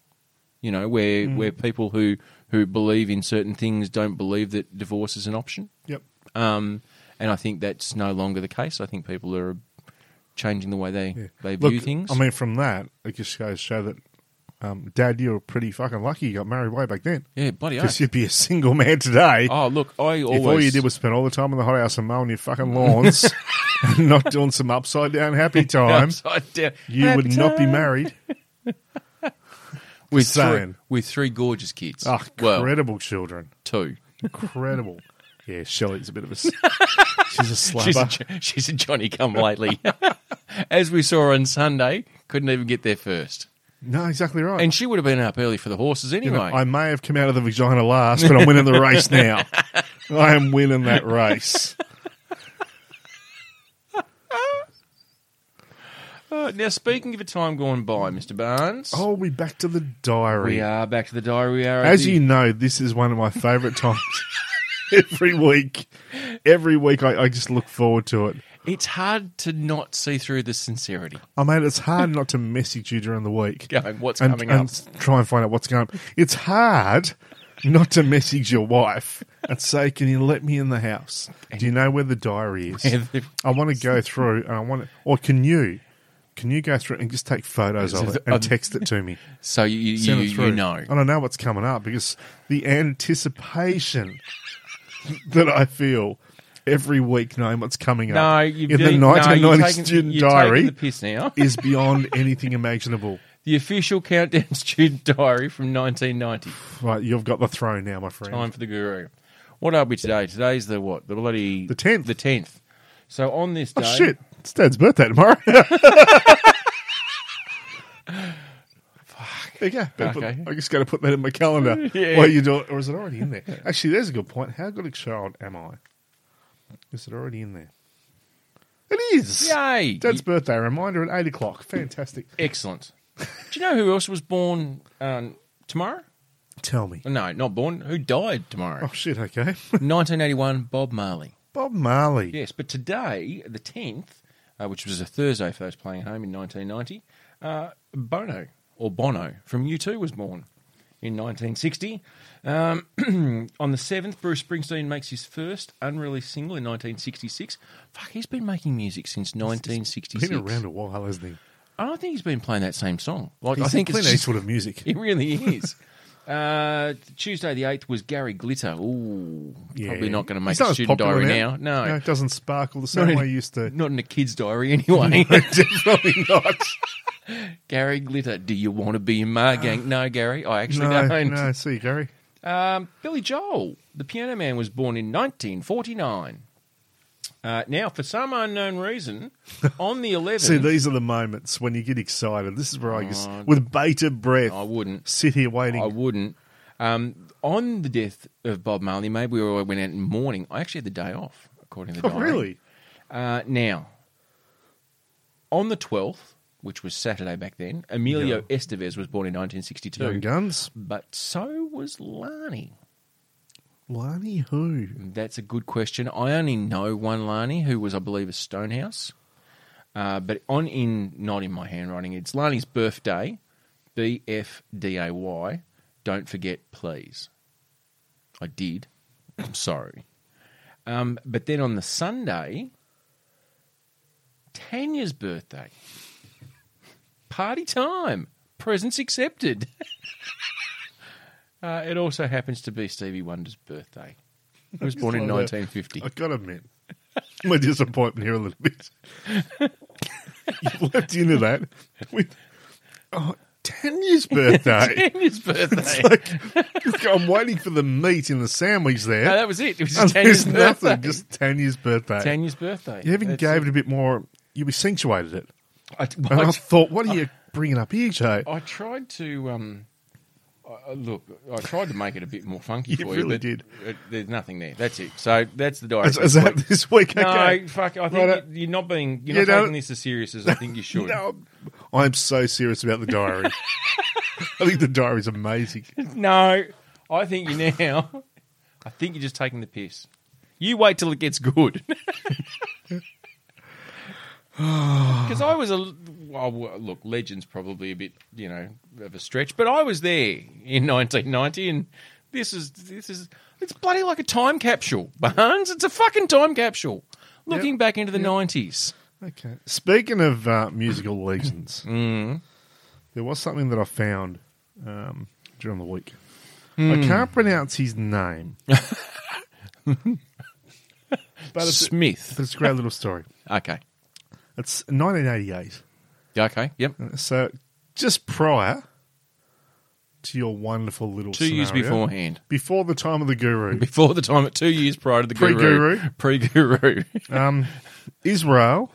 S1: You know, where
S3: Mm.
S1: where people who who believe in certain things don't believe that divorce is an option.
S3: Yep.
S1: Um, and I think that's no longer the case. I think people are changing the way they
S3: Yeah.
S1: they
S3: Look,
S1: view things.
S3: I mean, from that, it just goes to show that, um, Dad, you were pretty fucking lucky you got married way back then.
S1: yeah, bloody
S3: Because
S1: oath.
S3: you'd be a single man today.
S1: Oh, look, I always
S3: if all you
S1: [laughs]
S3: did was spend all the time in the hothouse and mowing your fucking lawns and not doing some upside down
S1: [laughs]
S3: happy time,
S1: upside down.
S3: you
S1: Happy
S3: would not be
S1: time. [laughs]
S3: married.
S1: with three,
S3: saying.
S1: with three gorgeous kids.
S3: Oh,
S1: well,
S3: incredible children.
S1: two.
S3: [laughs] Incredible. yeah, Shelley's a bit of
S1: [laughs]
S3: a. s- She's a slapper.
S1: She's a, Jo- she's a Johnny come lately, [laughs] as we saw on Sunday. Couldn't even get there first,
S3: no, exactly right.
S1: and she would have been up early for the horses
S3: You know,
S1: anyway.
S3: I may have come out of the vagina last, but I'm winning
S1: [laughs]
S3: the race now. I am winning that race.
S1: Uh, now, speaking of a time gone by, Mister Barnes,
S3: Oh, we back to the diary.
S1: we are back to the diary. We are at
S3: As
S1: the-
S3: you know, this is one of my favourite times [laughs] every week. Every week, I, I just look forward to it.
S1: it's hard to not see through the sincerity.
S3: I mean, Oh, it's hard not to message you during the week.
S1: Going, what's
S3: and,
S1: coming
S3: and
S1: up?
S3: try and find out what's going on. It's hard not to message your wife and say, Can you let me in the house? Do you know where the diary
S1: [laughs]
S3: is?
S1: Where the-
S3: I want
S1: [laughs]
S3: to go through and I want to, or can you? Can you go through it and just take photos of it and text it to me?
S1: So you you, you,
S3: Send it
S1: you
S3: through. Oh,
S1: know,
S3: And I know what's coming up because the anticipation [laughs] that I feel every week knowing what's coming
S1: no,
S3: up
S1: you've
S3: in the
S1: been-
S3: 1990
S1: no, you're taking-
S3: student
S1: you're
S3: diary
S1: taking the piss now.
S3: is beyond anything imaginable.
S1: The official countdown [laughs] student diary from 1990.
S3: Right, you've got the throne now, my friend.
S1: Time for the guru. What are we today? Today's the what? The bloody
S3: The 10th.
S1: The tenth. So on this day,
S3: Oh, shit. It's Dad's birthday tomorrow. [laughs] Fuck. There you go. Better put-
S1: Okay.
S3: I just got to put that in my calendar
S1: [laughs] Yeah.
S3: while you do it. Or is it already in there? Actually, there's a good point. How good a child am I? Is it already in there? It is.
S1: Yay!
S3: Dad's birthday reminder at 8 o'clock. Fantastic.
S1: Excellent. Do you know who else was born um, tomorrow?
S3: Tell me.
S1: No, not born. Who died
S3: Oh,
S1: tomorrow?
S3: shit. Okay. [laughs]
S1: 1981. Bob Marley.
S3: Bob Marley.
S1: Yes, but today, the tenth, uh, which was a Thursday for those playing at home in 1990, uh, Bono or Bono from U2 was born in 1960. Um, [clears throat] on the seventh, Bruce Springsteen makes his first unreleased single in 1966. Fuck, he's been making music since 1966.
S3: Been around a while, hasn't he?
S1: I don't think he's been playing that same song. Like
S3: He's
S1: I think
S3: Clint
S1: it's just, [laughs]
S3: Eastwood of music.
S1: it really is. Uh, Tuesday the eighth was Gary Glitter. Ooh, probably not going to make
S3: He's
S1: a
S3: as
S1: student
S3: popular
S1: diary now. No,
S3: It doesn't sparkle the same
S1: in-
S3: way it used to.
S1: [laughs] not in a kid's diary anyway. [laughs]
S3: Definitely not.
S1: Gary Glitter, do you want to be in my gang? No, Gary, I actually
S3: No,
S1: don't.
S3: no, see, Gary.
S1: Um, Billy Joel, the piano man, was born in 1949. Uh, now, for some unknown
S3: [laughs]
S1: reason, on the 11th,
S3: See, these are the moments when you get excited. This is where I just,
S1: Oh,
S3: with bated breath,
S1: I wouldn't.
S3: sit here waiting. Oh,
S1: I wouldn't. Um, on the death of Bob Marley, maybe we all went out in mourning. I actually had the day off, according to the
S3: oh,
S1: diary.
S3: really?
S1: Uh, now, on the 12th, which was Saturday back then, Emilio Estevez was born in 1962.
S3: Young Guns?
S1: But so was Lani.
S3: Lani who?
S1: That's a good question. I only know one Lani who was, I believe, a Stonehouse. Uh, but on in not in my handwriting, it's Lani's birthday, B F D A Y. Don't forget, please. I did. I'm sorry. Um, but then on the Sunday, Tanya's birthday. Party time. Presents accepted. [laughs] Uh, it also happens to be Stevie Wonder's birthday. He
S3: [laughs]
S1: was born in
S3: Slow down.
S1: 1950. [laughs]
S3: I gotta admit, my disappointment here a little bit. you leapt into that with oh, Tanya's
S1: [laughs]
S3: birthday. [laughs]
S1: His birthday.
S3: Look, I'm waiting for the meat in the sandwich
S1: No,
S3: there.
S1: that was it. It was
S3: And
S1: just Tanya's
S3: there's nothing,
S1: birthday.
S3: just Tanya's birthday.
S1: Tanya's birthday.
S3: you even
S1: That's
S3: gave it a bit more. You accentuated it,
S1: I,
S3: and I
S1: I-
S3: thought, what are you bringing up here, Jay?
S1: I tried to um, I- I- look. I tried to make it a bit more funky
S3: You
S1: for you.
S3: really
S1: but
S3: did.
S1: it- there's nothing there. That's it. So that's the diary.
S3: Is, is that this week?
S1: no,
S3: [laughs] Okay.
S1: fuck. I think
S3: Right, uh,
S1: you, are not being. You're
S3: you
S1: not
S3: don't-
S1: taking this as serious as I think
S3: [laughs]
S1: you should.
S3: No, I'm so serious about
S1: [laughs]
S3: the diary. I think the diary is amazing.
S1: No, I think you now. [laughs] I think you're just taking the piss. You wait till it gets
S3: [sighs]
S1: good. [laughs] Because I was a well, well, look, legends probably a bit you know of a stretch, but I was there in [laughs] 1990, and this is this is it's bloody like a time capsule, [laughs] Barnes. It's a fucking time capsule. Looking back into the 90s.
S3: Okay. Speaking of uh, musical legends,
S1: Mm-hmm.
S3: there was something that I found um, during the week.
S1: Hmm.
S3: I can't pronounce his name,
S1: [laughs]
S3: but it's, but
S1: Smith.
S3: it's a great little story.
S1: Okay.
S3: It's 1988,
S1: Okay. Yep.
S3: so just prior to your wonderful little
S1: Two years
S3: scenario,
S1: beforehand. [laughs]
S3: before the time of the guru,
S1: Before the time, two years prior to the
S3: Pre-guru.
S1: Pre guru. Pre guru.
S3: um, Israel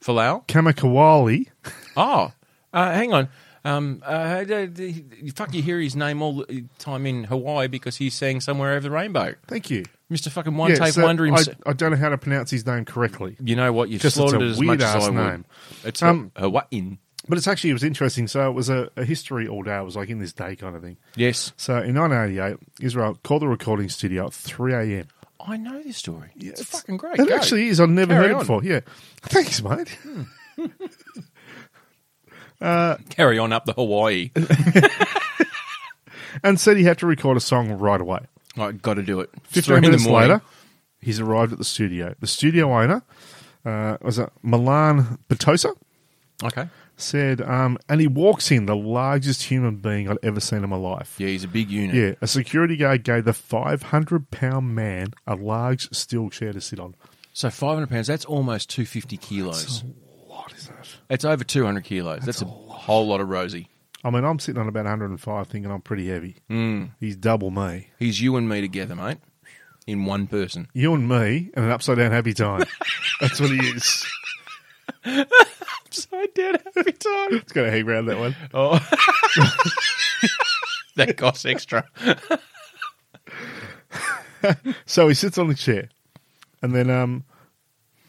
S1: Falau?
S3: Kamakawali.
S1: Oh, uh, hang on. Um, uh, d- d- you fuck, you hear his name all the time in Hawaii because he's sang somewhere over the rainbow.
S3: Thank you.
S1: Mr. fucking One
S3: Yeah,
S1: Take
S3: so
S1: Wonder
S3: I,
S1: himself.
S3: I don't know how to pronounce his name correctly.
S1: you know what? You've
S3: 'Cause it's a
S1: slaughtered it as much as
S3: weird-ass
S1: I
S3: name.
S1: would. It's
S3: Um,
S1: um, Hawaiian.
S3: But it's actually it was interesting. So it was a, a history all day. It was like in this day kind of thing.
S1: Yes.
S3: So in 1988, Israel called the recording studio at 3 a.m.
S1: I know this story. it's,
S3: it's-
S1: fucking great.
S3: It
S1: Go.
S3: actually is. I've never
S1: Carry
S3: heard
S1: on.
S3: it
S1: Hmm.
S3: before. Yeah. [laughs] Thanks, mate.
S1: Carry on up the
S3: [laughs]
S1: Hawaii.
S3: And said he had to record a song right away.
S1: i got to do it. It's
S3: 15
S1: three
S3: minutes
S1: in the morning.
S3: later, he's arrived at the studio. The studio owner uh, was a Milan Batosa.
S1: Okay.
S3: Said, um, and he walks in, the largest human being I'd ever seen in my life.
S1: Yeah, he's a big unit.
S3: Yeah, a security guard gave the 500 pound man a large steel chair to sit on.
S1: So 500 pounds, that's almost 250 kilos.
S3: What is that?
S1: It's over 200 kilos. That's, a, whole lot of Rosie.
S3: I mean, I'm sitting on about 105 thinking I'm pretty heavy.
S1: Hmm.
S3: Mm. He's double me.
S1: He's you and me together, mate, in one person.
S3: You and me and an upside down
S1: [laughs]
S3: happy time. That's what he is.
S1: upside down happy time.
S3: It's got a heap around that one.
S1: Oh. [laughs] that costs extra.
S3: So he sits on the chair. And then um,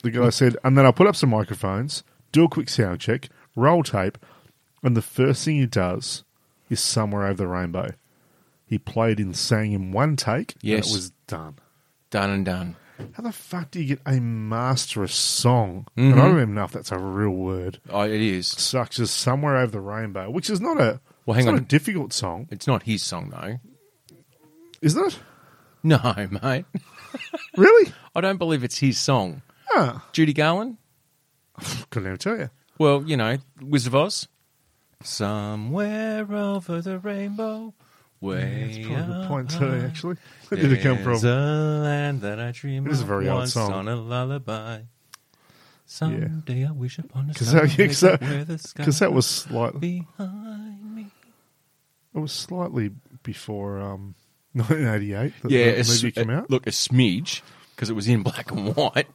S3: the guy said, and then I put up some microphones, do a quick sound check, roll tape. And the first thing he does is Somewhere Over the Rainbow. He played and sang in one take.
S1: Yes.
S3: And it was done.
S1: Done and done.
S3: How the fuck do you get a master of song?
S1: Mm-hmm.
S3: And I don't even know if that's a real word.
S1: Oh, it is.
S3: Such as Somewhere Over the Rainbow, which is not a
S1: Well, hang
S3: it's not
S1: on.
S3: a difficult song,
S1: It's not his song, though.
S3: isn't it?
S1: No, [laughs] mate. [laughs]
S3: Really?
S1: I don't believe it's his song.
S3: Ah,
S1: Judy Garland?
S3: couldn't even tell you.
S1: Well, you know, Wizard of Oz. Somewhere over the rainbow,
S3: That's
S1: way
S3: probably a good
S1: up
S3: point too. Actually, where
S1: high,
S3: did it come
S1: there's
S3: from?
S1: a land that I dream
S3: It is a
S1: of
S3: very old
S1: once
S3: song.
S1: on a lullaby. Someday I wish upon a
S3: Because
S1: star
S3: that, 'cause that-
S1: where the sky
S3: 'cause that was slightly
S1: behind me.
S3: it was slightly before um, [laughs] 1988. That
S1: Yeah,
S3: the
S1: it's-
S3: movie came
S1: uh,
S3: out.
S1: look, a smidge because it was in black and white.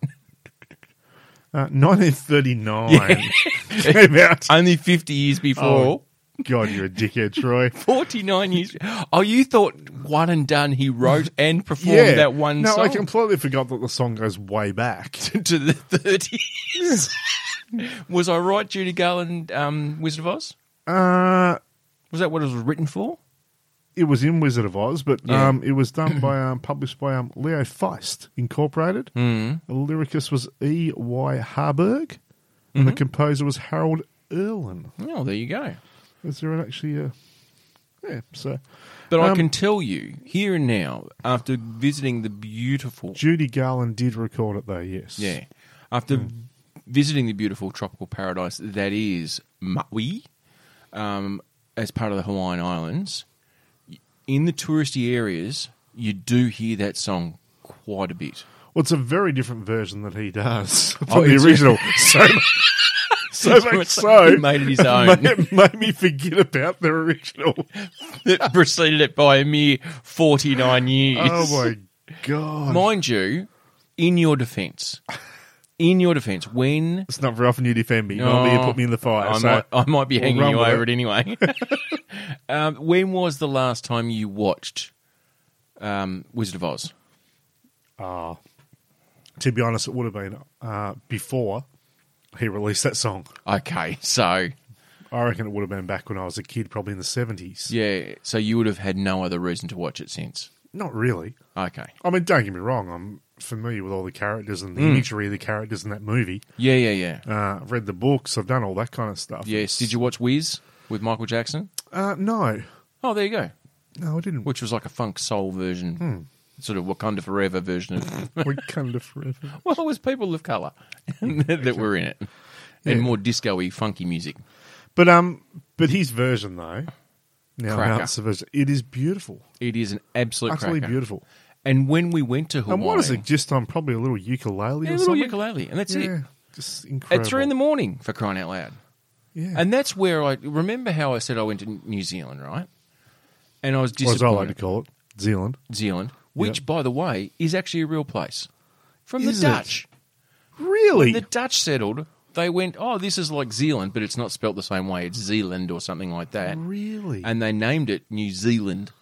S3: Uh, 1939 [laughs] came
S1: [laughs]
S3: out.
S1: [laughs] Only 50 years before.
S3: Oh, God, you're a
S1: [laughs]
S3: dickhead, Troy.
S1: 49 years. Oh, you thought one and done he
S3: [laughs]
S1: wrote and performed that one
S3: no,
S1: song
S3: I completely forgot that the song goes way back.
S1: [laughs]
S3: [laughs]
S1: to the 30s. [laughs] was I right, Judy Garland, um, Wizard of Oz?
S3: Uh,
S1: Was that what it was written for?
S3: it was in Wizard of Oz, but
S1: Yeah.
S3: um, it was done by um, published by um, Leo Feist Incorporated.
S1: Mm-hmm. Hmm.
S3: Mm. The lyricist was E. Y. Harburg, and
S1: Mm-hmm.
S3: the composer was Harold Erlin.
S1: Oh, there you go.
S3: Is there an actually a yeah? So
S1: But I
S3: Um,
S1: can tell you here and now, after visiting the beautiful
S3: Judy Garland did record it though. Yes.
S1: Yeah. After
S3: Hmm.
S1: visiting the beautiful tropical paradise that is Maui, um, as part of the Hawaiian Islands, in the touristy areas, you do hear that song quite a bit.
S3: Well, it's a very different version that he does [laughs] from
S1: Oh,
S3: the
S1: it's- [laughs]
S3: original. so, [laughs] so much
S1: It's
S3: so,
S1: like he [laughs] made it
S3: [laughs]
S1: his own.
S3: Made, made me forget about the original.
S1: that preceded it by a mere 49 years.
S3: Oh my god!
S1: Mind you, in your defense, in your defense, when.
S3: it's not very often you defend me. Normally, you
S1: Oh,
S3: put me in the fire.
S1: I,
S3: so
S1: might, I might be
S3: we'll
S1: hanging you
S3: run with
S1: over it, anyway. [laughs] um, when was the last time you watched um, Wizard of Oz?
S3: Ah. to be honest, it would have been uh, before he released that song.
S1: Okay, so
S3: I reckon it would have been back when I was a kid, probably in the seventies.
S1: yeah, so you would have had no other reason to watch it since.
S3: Not really.
S1: Okay,
S3: I mean, don't get me wrong. I'm familiar with all the characters
S1: Hmm.
S3: and the imagery of the characters in that movie.
S1: yeah, yeah, yeah,
S3: Uh, I've read the books. I've done all that kind of stuff.
S1: yes. Did you watch Wiz with Michael Jackson?
S3: Uh, no,
S1: Oh, there you go.
S3: no,
S1: [laughs]
S3: I didn't.
S1: Which was like a funk soul version,
S3: Hmm.
S1: sort of Wakanda Forever version of
S3: [laughs]
S1: [laughs]
S3: we kind of forever.
S1: Well, it was people of colour [laughs] that were in it, and more disco-y, funky music.
S3: But um, but his version though, now
S1: Cracker.
S3: announced the version, it is beautiful,
S1: It is an absolute
S3: utterly
S1: cracker.
S3: beautiful.
S1: And when we went to Hawaii,
S3: And what is it? Just on probably a little ukulele
S1: Yeah, a
S3: or
S1: little
S3: something.
S1: ukulele, and that's
S3: yeah,
S1: it.
S3: just incredible.
S1: At three in the morning, for crying out loud.
S3: yeah.
S1: And that's where I remember how I said I went to New Zealand, right? And I was
S3: or as I
S1: disappointed.
S3: like to call it, Zealand.
S1: Zealand, which, by the way, is actually a real place from
S3: Is it?
S1: the Dutch.
S3: Really?
S1: The Dutch settled. They went, oh, this is like Zealand, but it's not spelt the same way. It's Zealand or something like that.
S3: really?
S1: and they named it New Zealand,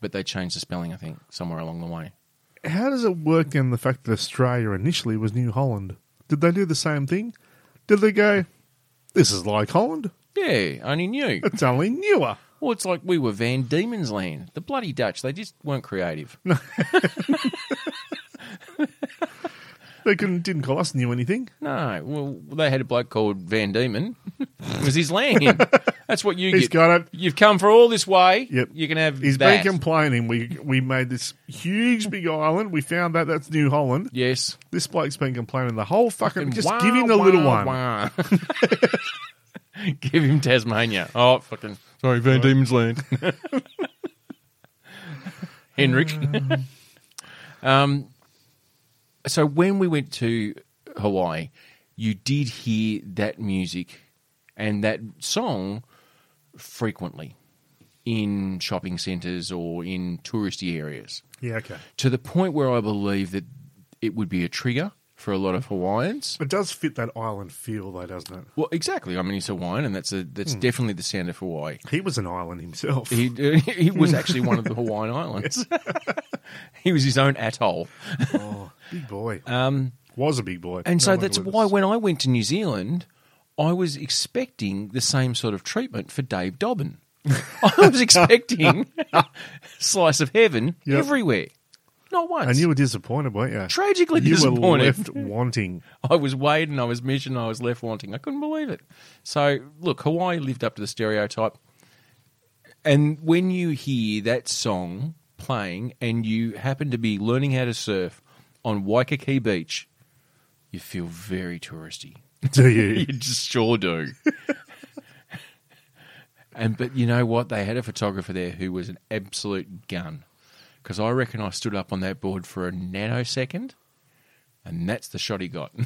S1: but they changed the spelling, I think, somewhere along the way.
S3: How does it work in the fact that Australia initially was New Holland? Did they do the same thing? Did they go, this is like Holland?
S1: Yeah, only new.
S3: It's only newer.
S1: Well, it's like we were Van Diemen's Land. The bloody Dutch, they just weren't creative.
S3: They couldn't, didn't call us new anything.
S1: No, well, they had a bloke called Van Diemen. [laughs] It was his
S3: [laughs]
S1: land. That's what you
S3: He's
S1: get.
S3: got it.
S1: You've come for all this way.
S3: Yep.
S1: You can have
S3: He's
S1: that.
S3: been complaining. We we made this huge big island. We found that that's New Holland.
S1: yes.
S3: This bloke's been complaining the whole fucking.
S1: And
S3: Just
S1: wah,
S3: give him the
S1: wah,
S3: little one.
S1: wah. [laughs] give him Tasmania. Oh, fucking. Sorry, Van Diemen's Land. [laughs] Henrik. [laughs] um, so when we went to Hawaii, you did hear that music and that song frequently in shopping centres or in touristy areas
S3: Yeah, okay.
S1: to the point where I believe that it would be a trigger for a lot of Hawaiians.
S3: It does fit that island feel, though, doesn't it?
S1: Well, exactly. I mean, he's Hawaiian, and that's a, that's definitely the sound of Hawaii.
S3: He was an island himself.
S1: He uh, [laughs] he was actually one of the Hawaiian [laughs] Islands. he was his own atoll,
S3: [laughs] oh, big boy. was a big boy.
S1: Um, and
S3: No
S1: so
S3: longer
S1: that's
S3: with
S1: why
S3: us.
S1: when I went to New Zealand, I was expecting the same sort of treatment for Dave [laughs] Dobbin. I was expecting slice of heaven
S3: Yep.
S1: everywhere, not once.
S3: And you were disappointed, weren't you?
S1: tragically
S3: you
S1: disappointed.
S3: were
S1: [laughs]
S3: left wanting.
S1: I was weighed and I was measured and I was left wanting. I couldn't believe it. So, look, Hawaii lived up to the stereotype. And when you hear that song playing and you happen to be learning how to surf on Waikiki Beach, you feel very touristy. [laughs]
S3: Do you?
S1: You just sure do. and but you know what? They had a photographer there who was an absolute gun. Because I reckon I stood up on that board for a nanosecond, and that's the shot he got. [laughs]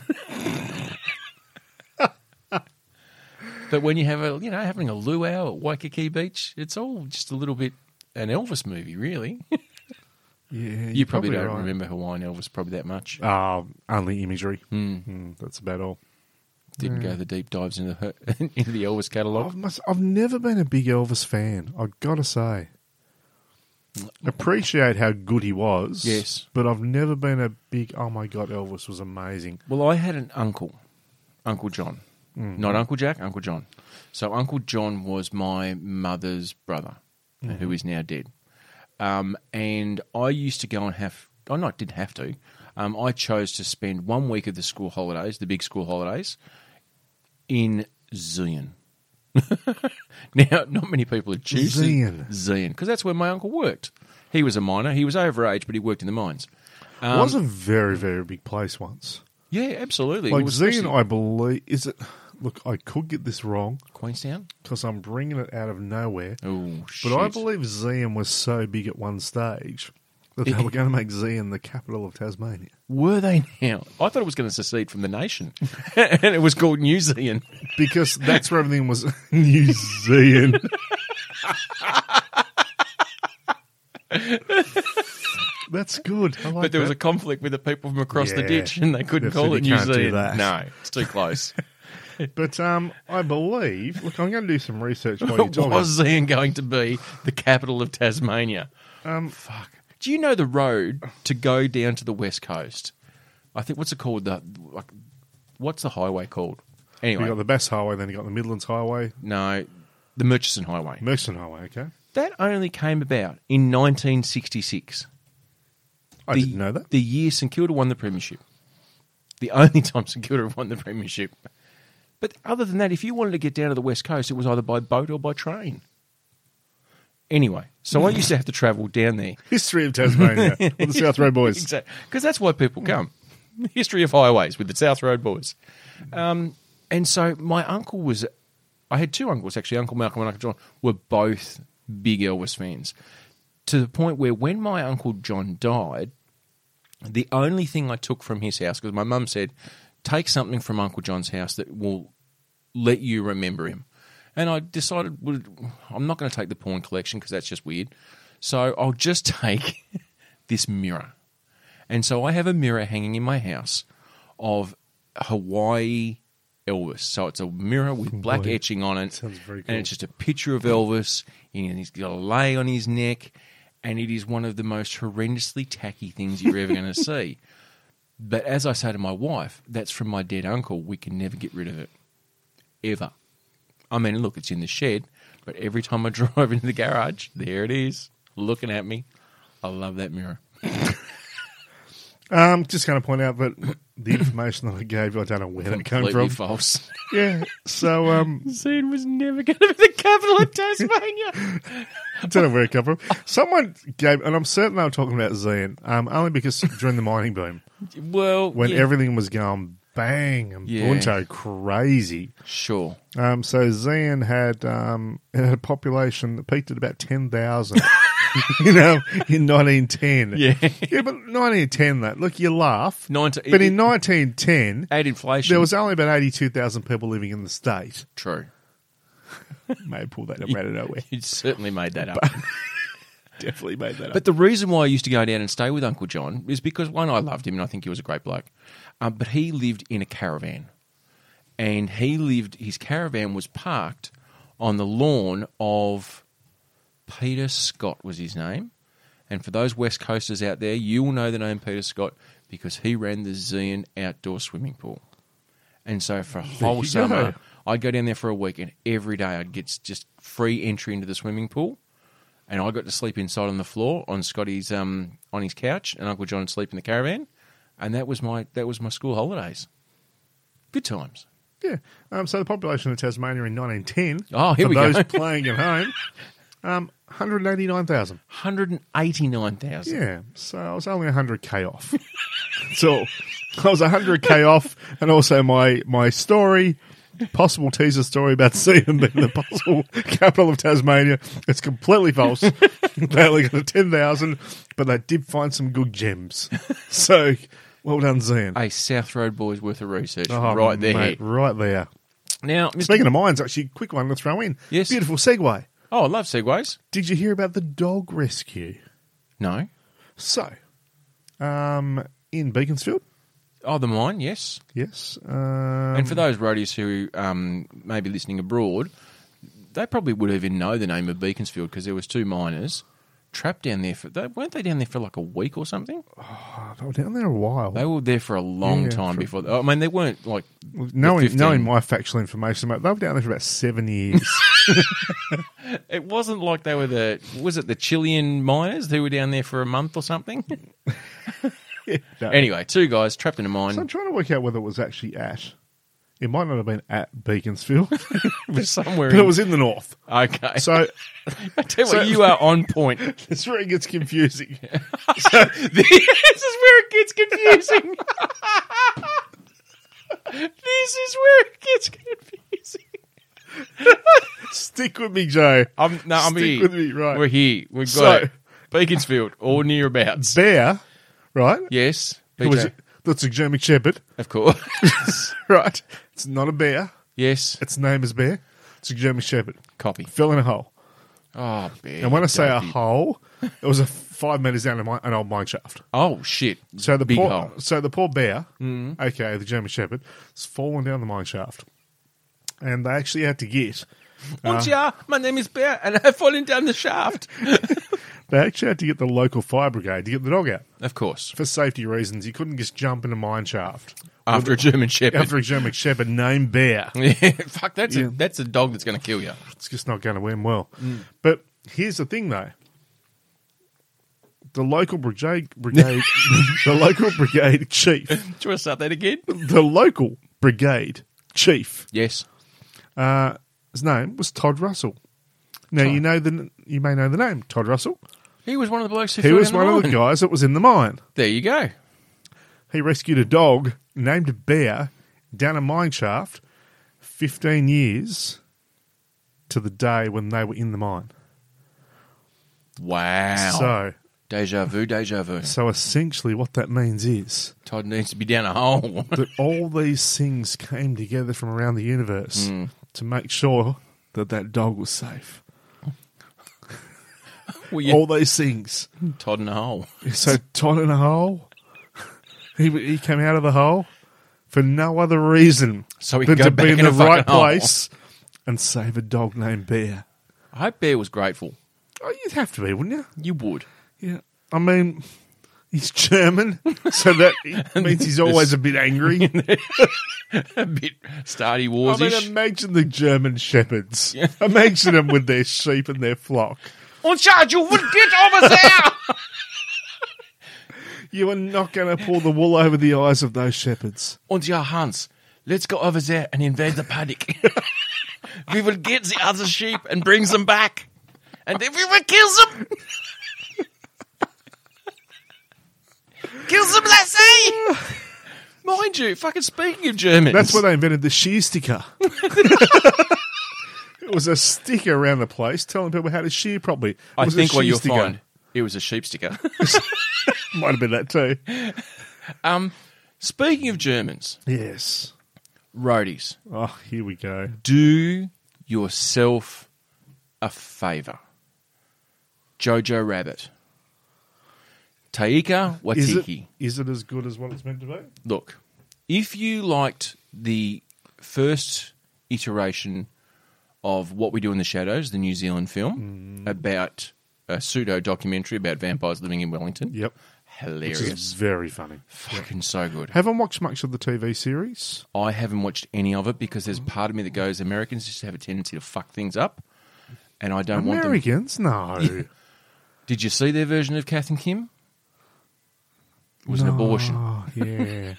S1: but when you have a you know having a luau at Waikiki Beach, it's all just a little bit an Elvis movie, really. [laughs] you
S3: yeah,
S1: probably,
S3: you're
S1: don't
S3: right.
S1: remember Hawaiian Elvis probably that much.
S3: Uh, only imagery.
S1: Hmm.
S3: Mm, that's about all.
S1: Didn't go the deep dives into the, [laughs] into the Elvis
S3: I've,
S1: catalogue.
S3: must, I've never been a big Elvis fan. I've got to say, appreciate how good he was.
S1: Yes.
S3: but I've never been a big. Oh my god, Elvis was amazing.
S1: Well, I had an uncle, Uncle John,
S3: Mm-hmm.
S1: not Uncle Jack, Uncle John. So Uncle John was my mother's brother,
S3: Mm-hmm.
S1: who is now dead. Um, and I used to go and have, oh, I not did have to. Um, I chose to spend one week of the school holidays, the big school holidays, in Zion. [laughs] now, not many people would choose to-
S3: Zion.
S1: Zion, because that's where my uncle worked. He was a miner. He was overage, but he worked in the mines. Um,
S3: it was a very very big place once.
S1: yeah, absolutely. It
S3: Like
S1: was
S3: Zion,
S1: especially-
S3: I believe is it. Look, I could get this wrong
S1: Queenstown?
S3: because I'm bringing it out of nowhere.
S1: Oh, shit.
S3: But I believe Zeehan was so big at one stage that they were going to make Zeehan the capital of Tasmania.
S1: Were they now? I thought it was going to secede from the nation. [laughs] and it was called New Zealand.
S3: Because that's where everything was [laughs] New Zealand. that's good. I like
S1: But there was a
S3: that.
S1: conflict with the people from across the
S3: Yeah.
S1: ditch and they couldn't
S3: Definitely
S1: call it New
S3: can't do
S1: Zealand.
S3: that.
S1: No, it's too
S3: [laughs]
S1: close.
S3: But um, I believe. Look, I'm going to do some
S1: [laughs]
S3: research while you're
S1: What
S3: talking.
S1: was Zeehan going to be the capital of Tasmania?
S3: Um,
S1: Fuck. Do you know the road to go down to the west coast? I think what's it called? The like, what's the highway called?
S3: You got
S1: Anyway,
S3: the Bass Highway, then you got the Midlands Highway,
S1: no, the Murchison Highway.
S3: Merchant Highway. Okay,
S1: That only came about in 1966.
S3: I
S1: the,
S3: didn't know that.
S1: The year St Kilda won the premiership. The only [laughs] time St Kilda have won the premiership. But other than that, if you wanted to get down to the west coast, it was either by boat or by train. Anyway, so I used to have to travel down
S3: [laughs]
S1: there
S3: History
S1: [laughs]
S3: of Tasmania with the South Road Boys.
S1: Exactly. Because that's why people come. [laughs] History of highways with the South Road Boys. Um, and so my uncle was, I had two uncles actually, Uncle Malcolm and Uncle John, were both big Elvis fans to the point where when my Uncle John died, the only thing I took from his house, because my mum said, take something from Uncle John's house that will let you remember him. And I decided, well, I'm not going to take the porn collection because that's just weird. So I'll just [laughs] take this mirror. And so I have a mirror hanging in my house of Hawaii Elvis. So it's a mirror with black
S3: Boy,
S1: etching on it.
S3: sounds very
S1: And
S3: cool.
S1: it's just a picture of Elvis, and he's got a lay on his neck, and it is one of the most horrendously tacky things you're ever
S3: [laughs]
S1: going to see. But as I say to my wife, that's from my dead uncle. We can never get rid of it. Ever. I mean, look, it's in the shed, but every time I [laughs] drive into the garage, there it is, looking at me. I love that mirror.
S3: Um, just going to point out that the information that I gave, you, I don't know where that came
S1: Completely
S3: from.
S1: false. [laughs]
S3: Yeah, so um,
S1: Zane was never going to be the capital
S3: [laughs]
S1: of Tasmania.
S3: I don't know where it came from. Someone gave, and I'm certain they were talking about Zen, um, only because during the mining boom,
S1: well,
S3: when
S1: yeah,
S3: everything was going bang and
S1: Yeah.
S3: bunto crazy.
S1: sure.
S3: Um, so Zen had um, [laughs] it had a population that peaked at about ten thousand. [laughs] you know, in 1910.
S1: Yeah.
S3: yeah, but 1910. That look, you laugh,
S1: 19,
S3: but in 1910,
S1: at inflation,
S3: there was only about 82,000 people living in the state. [laughs]
S1: true.
S3: May have pulled that up out of nowhere.
S1: You certainly made [laughs] that up.
S3: Definitely made that
S1: But the reason why I used to go down and stay with Uncle John is because one, I loved him and I think he was a great bloke. Um, but he lived in a caravan, and he lived his caravan was parked on the lawn of Peter Scott was his name. And for those West Coasters out there, you will know the name Peter Scott because he ran the Zeehan outdoor swimming pool. And so for a whole
S3: you
S1: summer,
S3: go.
S1: I'd go down there for a week, and every day I'd get s- just free entry into the swimming pool. And I got to sleep inside on the floor on Scotty's um, on his couch, and Uncle John would sleep in the caravan. And that was my that was my school holidays. Good times.
S3: Yeah. Um, so the population of Tasmania in 1910.
S1: Oh, here
S3: for
S1: we go.
S3: those
S1: [laughs]
S3: playing at home, um, 189,000.
S1: Hundred and eighty nine thousand.
S3: Yeah. So I was only 100k off. [laughs] so I was 100k off, and also my my story. Possible teaser story about [laughs] Seaton being the possible [laughs] capital of Tasmania. It's completely false. [laughs] they only got a 10,000, but they did find some good gems. [laughs] So, well done, Zian.
S1: A South Road boy's worth of research
S3: Oh,
S1: right there.
S3: mate, right there.
S1: Now, Mr.
S3: Speaking of mines, actually, quick one to throw in.
S1: Yes.
S3: Beautiful segue.
S1: oh, I love segways.
S3: Did you hear about the dog rescue?
S1: No.
S3: So, um, in Beaconsfield,
S1: Oh, the mine, yes.
S3: yes. Um,
S1: and for those roadies who um, may be listening abroad, they probably would even know the name of Beaconsfield because there was two miners trapped down there for they, weren't they down there for like a week or something?
S3: oh, they were down there a while.
S1: They were there for a long
S3: Yeah,
S1: time
S3: for-
S1: before. I mean, they weren't like
S3: knowing,
S1: 15.
S3: knowing my factual information, mate, they were down there for about
S1: [laughs]
S3: seven years.
S1: it wasn't like they were the was it the Chilean miners who were down there for a month or something?
S3: [laughs] No.
S1: anyway, two guys trapped in a mine.
S3: So I'm trying to work out whether it was actually at. It might not have been at
S1: [laughs]
S3: Beaconsfield,
S1: somewhere.
S3: [laughs] but
S1: in-
S3: it was in the north.
S1: [laughs]
S3: [laughs]
S1: okay.
S3: So
S1: I tell you what,
S3: so-
S1: you are on point.
S3: it's where it gets confusing. [laughs]
S1: this is where it gets confusing. this is where it gets confusing.
S3: Stick with me, Joe.
S1: I'm, no, I'm
S3: Stick
S1: here.
S3: with me, right.
S1: We're here. We've
S3: So-
S1: got it. Beaconsfield or nearabouts.
S3: Bear, right?
S1: yes.
S3: Who was
S1: BJ,
S3: it? That's a German Shepherd,
S1: Of course.
S3: [laughs] right? It's not a bear.
S1: yes.
S3: Its name is Bear. It's a German Shepherd.
S1: Copy.
S3: Fell in a hole.
S1: Oh, man.
S3: And when I say a hole, it was a five metres down a mi- an old mine shaft.
S1: Oh, shit.
S3: So the
S1: Big
S3: poor,
S1: hole. Mm.
S3: so the poor bear, okay, the German Shepherd, has fallen down the mine shaft, and they actually had to get
S1: What's ya? My name is Bear and I've fallen down the shaft.
S3: they actually had to get the local fire brigade to get the dog out
S1: Of course.
S3: for safety reasons. He couldn't just jump in a mine shaft
S1: After a German Shepherd.
S3: after a German Shepherd named Bear.
S1: [laughs] Yeah, fuck, that's,
S3: Yeah.
S1: a, that's a dog that's going to kill you.
S3: It's just not going to end well.
S1: Mm.
S3: But here's the thing, though. The local brigade, brigade, [laughs] the local brigade chief,
S1: Do you want to start that again?
S3: the local brigade chief
S1: Yes.
S3: Uh, his name was Todd Russell. Now you know the you may know the name Todd Russell.
S1: He was one of the blokes who
S3: He
S1: fell
S3: was
S1: down
S3: one
S1: the
S3: of the
S1: mine.
S3: guys that was in the mine.
S1: There you go.
S3: He rescued a dog named Bear down a mine shaft. Fifteen years to the day when they were in the mine.
S1: Wow.
S3: So,
S1: deja vu, deja vu.
S3: so essentially, what that means is
S1: Todd needs to be down a hole. [laughs]
S3: that all these things came together from around the universe
S1: Hmm.
S3: to make sure that that dog was safe.
S1: well, you
S3: All these things.
S1: Todd in a hole.
S3: So Todd in a hole. [laughs] He he came out of the hole for no other reason
S1: So he
S3: than
S1: could
S3: to
S1: go
S3: be
S1: back
S3: in
S1: in
S3: the
S1: a
S3: right
S1: fucking hole.
S3: place and save a dog named Bear.
S1: I hope Bear was grateful.
S3: Oh, you'd have to be, wouldn't
S1: You would. [laughs]
S3: you? Yeah. I mean, he's German, so
S1: [laughs]
S3: that means he's always a bit angry.
S1: A bit Stardy
S3: I mean,
S1: Warsish.
S3: imagine the German shepherds. [laughs] Imagine them with their sheep and their flock.
S1: Und charge you would get over [laughs] there!
S3: You are not going to pull the wool over the eyes of those shepherds.
S1: Und ja, Hans, let's go over there and invade the paddock. we will get the other sheep and bring them back. And then we will kill them! kill them, let's see! Mind you, fucking speaking of Germans.
S3: That's where they invented the shear
S1: [laughs]
S3: sticker. it was a sticker around the place telling people how to shear properly. It
S1: I
S3: was a
S1: think what
S3: shear
S1: you'll
S3: sticker.
S1: find, it was a sheep sticker.
S3: might have been that too.
S1: um, [laughs] speaking of Germans,
S3: Yes.
S1: roadies,
S3: Oh, here we go.
S1: do yourself a favour. Jojo Rabbit. Taika Watiki.
S3: Is it, is it as good as what it's meant to be?
S1: Look, if you liked the first iteration of What We Do in the Shadows, the New Zealand
S3: Mm.
S1: film, about a pseudo documentary about vampires living in Wellington,
S3: Yep. Which
S1: hilarious.
S3: is very funny.
S1: Fucking so good.
S3: Haven't watched much of the TV series.
S1: I haven't watched any of it because there's part of me that goes Americans just have a tendency to fuck things up, and I don't want them. [laughs]
S3: Americans? No.
S1: Did you see their version of Kath and Kim? It was an abortion.
S3: Oh, [laughs] yeah.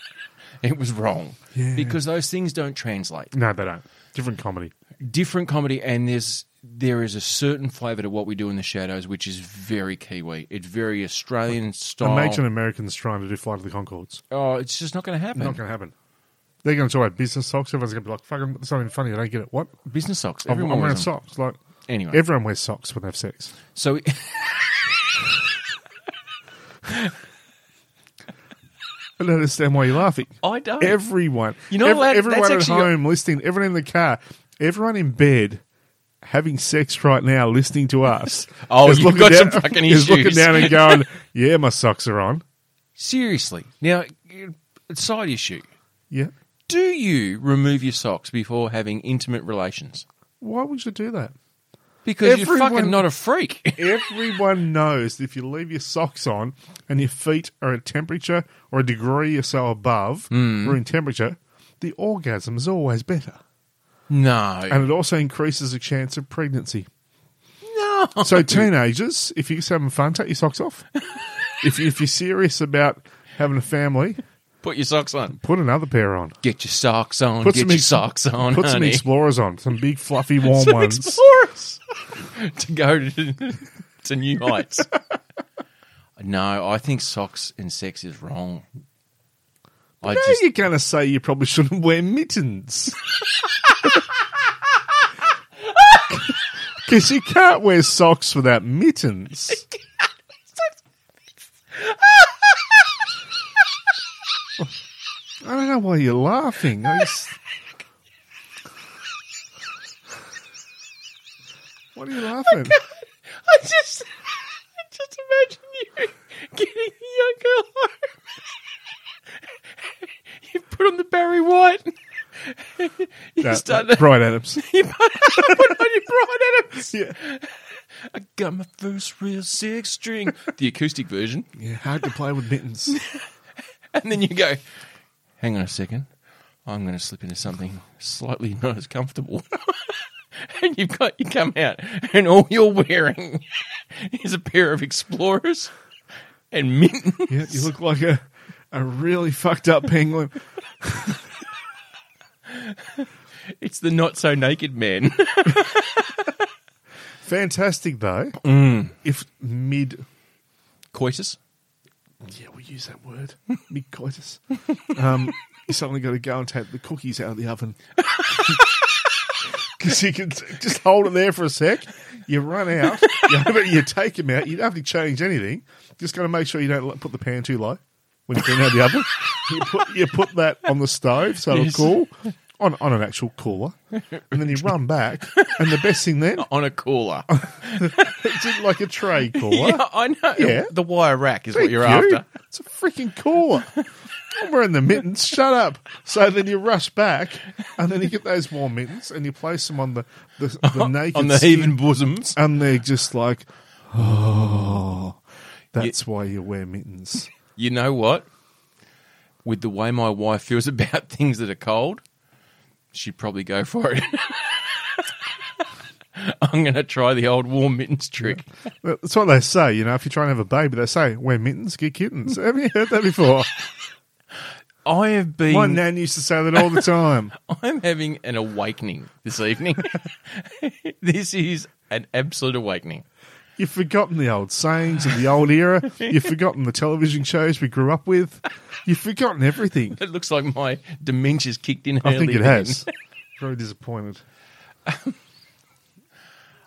S1: It was wrong
S3: Yeah.
S1: because those things don't translate.
S3: no, they don't. Different comedy.
S1: Different comedy, and there's there is a certain flavour to what we do in the shadows, which is very Kiwi. It's very Australian style.
S3: Imagine Americans trying to do Flight of the Concords.
S1: oh, it's just not going to happen.
S3: Not going to happen. They're going to talk about business socks. Everyone's going to be like, fucking, it's not even funny. I don't get it. What?
S1: Business socks.
S3: I'm,
S1: Everyone
S3: I'm wearing
S1: wears them.
S3: socks. Like
S1: Anyway,
S3: everyone wears socks when they have sex.
S1: so [laughs]
S3: I don't understand why you're laughing.
S1: I don't.
S3: Everyone,
S1: You know
S3: ev-
S1: what? That's
S3: everyone at
S1: actually-
S3: home listening, everyone in the car, everyone in bed, having sex right now, listening to us.
S1: [laughs] Oh,
S3: is
S1: you've
S3: looking
S1: got
S3: down,
S1: some fucking
S3: [laughs] is looking
S1: issues.
S3: down
S1: [laughs]
S3: and going, "Yeah, my socks are on."
S1: Seriously. Now, uh, side issue.
S3: Yeah,
S1: Do you remove your socks before having intimate relations?
S3: why would you do that?
S1: Because you're
S3: Everyone-
S1: fucking not a freak. [laughs]
S3: Everyone knows that if you leave your socks on and your feet are at temperature or a degree or so above
S1: Hmm.
S3: room temperature, the orgasm is always better.
S1: No.
S3: and it also increases the chance of pregnancy.
S1: no. [laughs]
S3: So, teenagers, if you're having fun, take your socks off. if, if you're serious about having a family,
S1: Put your socks on.
S3: put another pair on.
S1: Get your socks on.
S3: Put
S1: get
S3: some
S1: your
S3: ex-
S1: socks on,
S3: Put some
S1: honey. [laughs]
S3: explorers on, some big, fluffy, warm
S1: Some
S3: ones.
S1: explorers [laughs] to go to, [laughs] to new [laughs] heights. no, I think socks and sex is wrong. I
S3: now
S1: just
S3: you're going to say you probably [laughs] shouldn't wear mittens. Because you can't wear socks without mittens. I don't know why you're laughing. I just- What are you laughing?
S1: I just, [laughs] I just imagine you getting a young girl home. [laughs] you put on the Barry White. [laughs] you
S3: No,
S1: start
S3: no,
S1: to
S3: Brian Adams.
S1: [laughs] you put, put on your Brian Adams.
S3: Yeah.
S1: I got my first real six string, the acoustic version,
S3: yeah, hard to play with
S1: [laughs]
S3: mittens.
S1: and then you go. Hang on a second. I'm going to slip into something slightly [laughs] not as comfortable. and you've got you come out, and all you're wearing [laughs] is a pair of explorers and mitten.
S3: Yeah, you look like a, a really fucked up penguin.
S1: [laughs] It's the not so naked man. [laughs]
S3: Fantastic though. If mid,
S1: Coitus.
S3: yeah, we use that word [laughs] mid coitus. Um, you suddenly got to go and take the cookies out of the oven [laughs] because you can just hold it there for a sec. You run out. [laughs] You, have it- you take them out. You don't have to change anything. Just got to make sure you don't put the pan too low when you bring out the oven. You put you put that on the stove so
S1: Yes.
S3: it'll cool on on an actual cooler, and then you run back. And the best thing then, [laughs]
S1: on a cooler.
S3: it's in like a tray
S1: [laughs]
S3: cooler.
S1: Yeah, I know.
S3: Yeah.
S1: The wire rack is what
S3: Thank
S1: you're
S3: you.
S1: after.
S3: It's a freaking cooler. I'm wearing the mittens. Shut up. So then you rush back, and then you get those warm mittens, and you place them on the the, the naked
S1: [laughs] On the
S3: skin,
S1: heaving bosoms.
S3: and they're just like, oh, that's why you wear mittens.
S1: You know what? With the way my wife feels [laughs] about things that are cold, she'd probably go for it. [laughs] I'm going to try the old warm mittens trick.
S3: That's what they say. You know, if you try and have a baby, they say wear mittens, get kittens. Have you heard that
S1: [laughs]
S3: before?
S1: I have been.
S3: My nan used to say that all the time.
S1: I'm having an awakening this evening. [laughs] this is an absolute awakening.
S3: You've forgotten the old sayings of the old era. You've forgotten the television shows we grew up with. You've forgotten everything.
S1: It looks like my dementia's kicked in.
S3: I think
S1: early
S3: it has.
S1: again.
S3: [laughs] Very disappointed.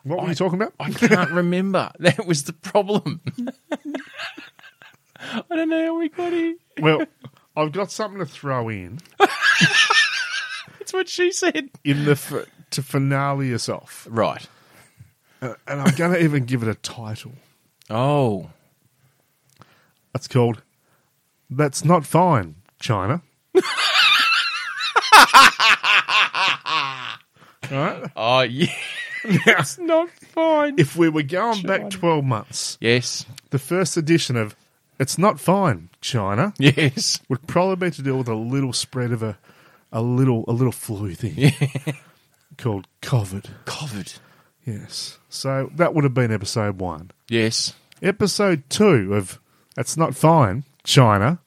S3: What were you talking about?
S1: I can't remember. [laughs] That was the
S3: [laughs]
S1: problem. I don't know how we got here.
S3: Well, I've got something to throw in
S1: That's what she said.
S3: in the f- to finale us off,
S1: Right.
S3: Uh, and I'm going to even give it a title.
S1: Oh.
S3: It's called "That's Not Fine, [laughs] China." All right.
S1: Oh, yeah. [laughs] That's not fine.
S3: If we were going back 12 months,
S1: Yes.
S3: the first edition of "It's Not Fine, China"
S1: Yes.
S3: would probably be to deal with a little spread of a a little a little flu thing [laughs] called COVID.
S1: Covered.
S3: Yes. So that would have been episode one.
S1: Yes.
S3: Episode two of That's Not Fine, China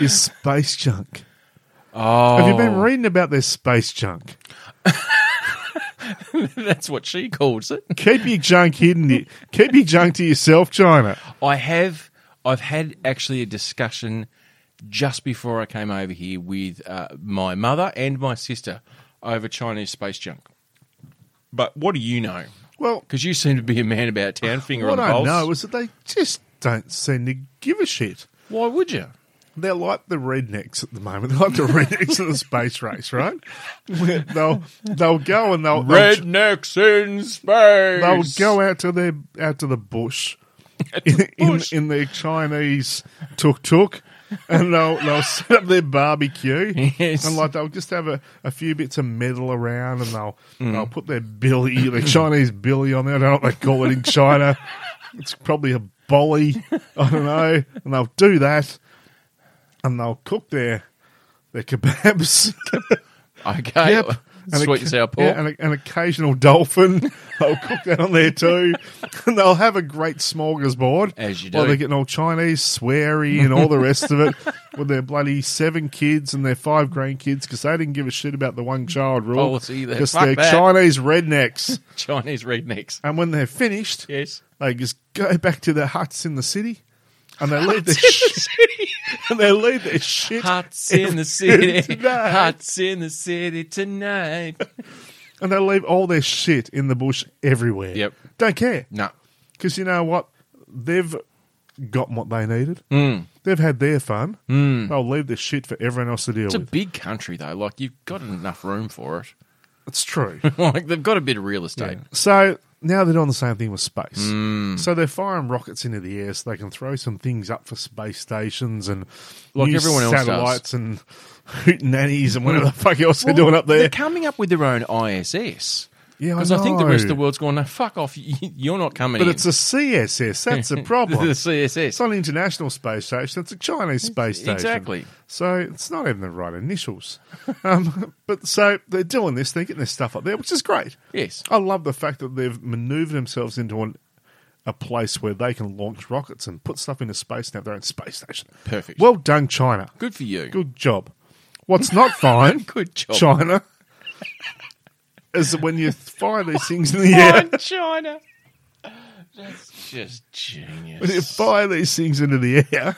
S3: is space junk.
S1: Oh.
S3: Have you been reading about this space junk?
S1: [laughs] That's what she calls it.
S3: Keep your junk hidden. to- Keep your junk to yourself, China.
S1: I have. I've had actually a discussion just before I came over here with uh, my mother and my sister over Chinese space junk. But what do you know?
S3: Well,
S1: Because you seem to be a man about [sighs] town, finger on
S3: what
S1: the
S3: I
S1: pulse.
S3: know is that they just don't seem to give a shit.
S1: Why would you?
S3: they're like the rednecks at the moment. They're like the [laughs] rednecks of the space race, right? Where They'll they'll go and they'll they'll tr-
S1: Rednecks in space.
S3: they'll, go out to their out to
S1: [laughs]
S3: the bush, in,
S1: bush.
S3: In, in their Chinese tuk tuk. And they'll they'll [laughs] set up their barbecue,
S1: Yes.
S3: and like they'll just have a, a few bits of metal around, and they'll
S1: Mm.
S3: they'll put their billy, their Chinese billy on there. I don't know what they call it in China. It's probably a bolly, I don't know. And they'll do that, and they'll cook their their kebabs.
S1: [laughs]
S3: [laughs]
S1: Okay.
S3: Yep.
S1: Sweet and
S3: oc-
S1: sour pork.
S3: Yeah, and a, an occasional dolphin. [laughs] They'll cook that on there too. [laughs] and they'll have a great smorgasbord.
S1: As you
S3: While
S1: do.
S3: they're getting all Chinese, sweary, and all the rest of it [laughs] with their bloody seven kids and their five grandkids because they didn't give a shit about the one child rule.
S1: Policy there.
S3: Because
S1: Oh, Fuck
S3: they're
S1: that. [laughs]
S3: Chinese rednecks.
S1: Chinese rednecks.
S3: and when they're finished,
S1: Yes.
S3: they just go back to their huts in the city. And they leave their shit. [laughs] and they leave their shit.
S1: Huts in the city.
S3: Tonight.
S1: Huts in the city tonight.
S3: And they leave all their shit in the bush everywhere.
S1: Yep.
S3: Don't care.
S1: No.
S3: Because you know what? They've gotten what they needed.
S1: Mm.
S3: They've had their fun. They'll leave their shit for everyone else to deal
S1: It's a
S3: with.
S1: big country, though. Like, you've got enough room for it. [laughs]
S3: it's true.
S1: Like, they've got a bit of real estate.
S3: [laughs] so now they're doing the same thing with space.
S1: Mm.
S3: So they're firing rockets into the air so they can throw some things up for space stations and
S1: Like
S3: new
S1: everyone else does.
S3: satellites and [laughs] hoot nannies and whatever the fuck else they're doing up
S1: They're
S3: there.
S1: coming up with their own ISS.
S3: Yeah, I
S1: Because I, think the
S3: know.
S1: rest of the world's going, no, fuck off. [laughs] You- You're not coming
S3: But
S1: in.
S3: it's a CSS. That's
S1: [laughs]
S3: the
S1: the
S3: problem. It's
S1: CSS.
S3: not an international space station. It's a Chinese space station.
S1: Exactly.
S3: So it's not even the right initials. [laughs] um, but so they're doing this. They're getting their stuff up there, which is great.
S1: Yes.
S3: I love the fact that they've manoeuvred themselves into an, a place where they can launch rockets and put stuff into space and have their own space station.
S1: Perfect.
S3: Well done, China.
S1: Good for you.
S3: Good job.
S1: [laughs]
S3: What's not fine,
S1: Good job.
S3: China, is
S1: [laughs]
S3: that when you fire these things in the air,
S1: China. That's just
S3: when you
S1: genius.
S3: fire these things into the air,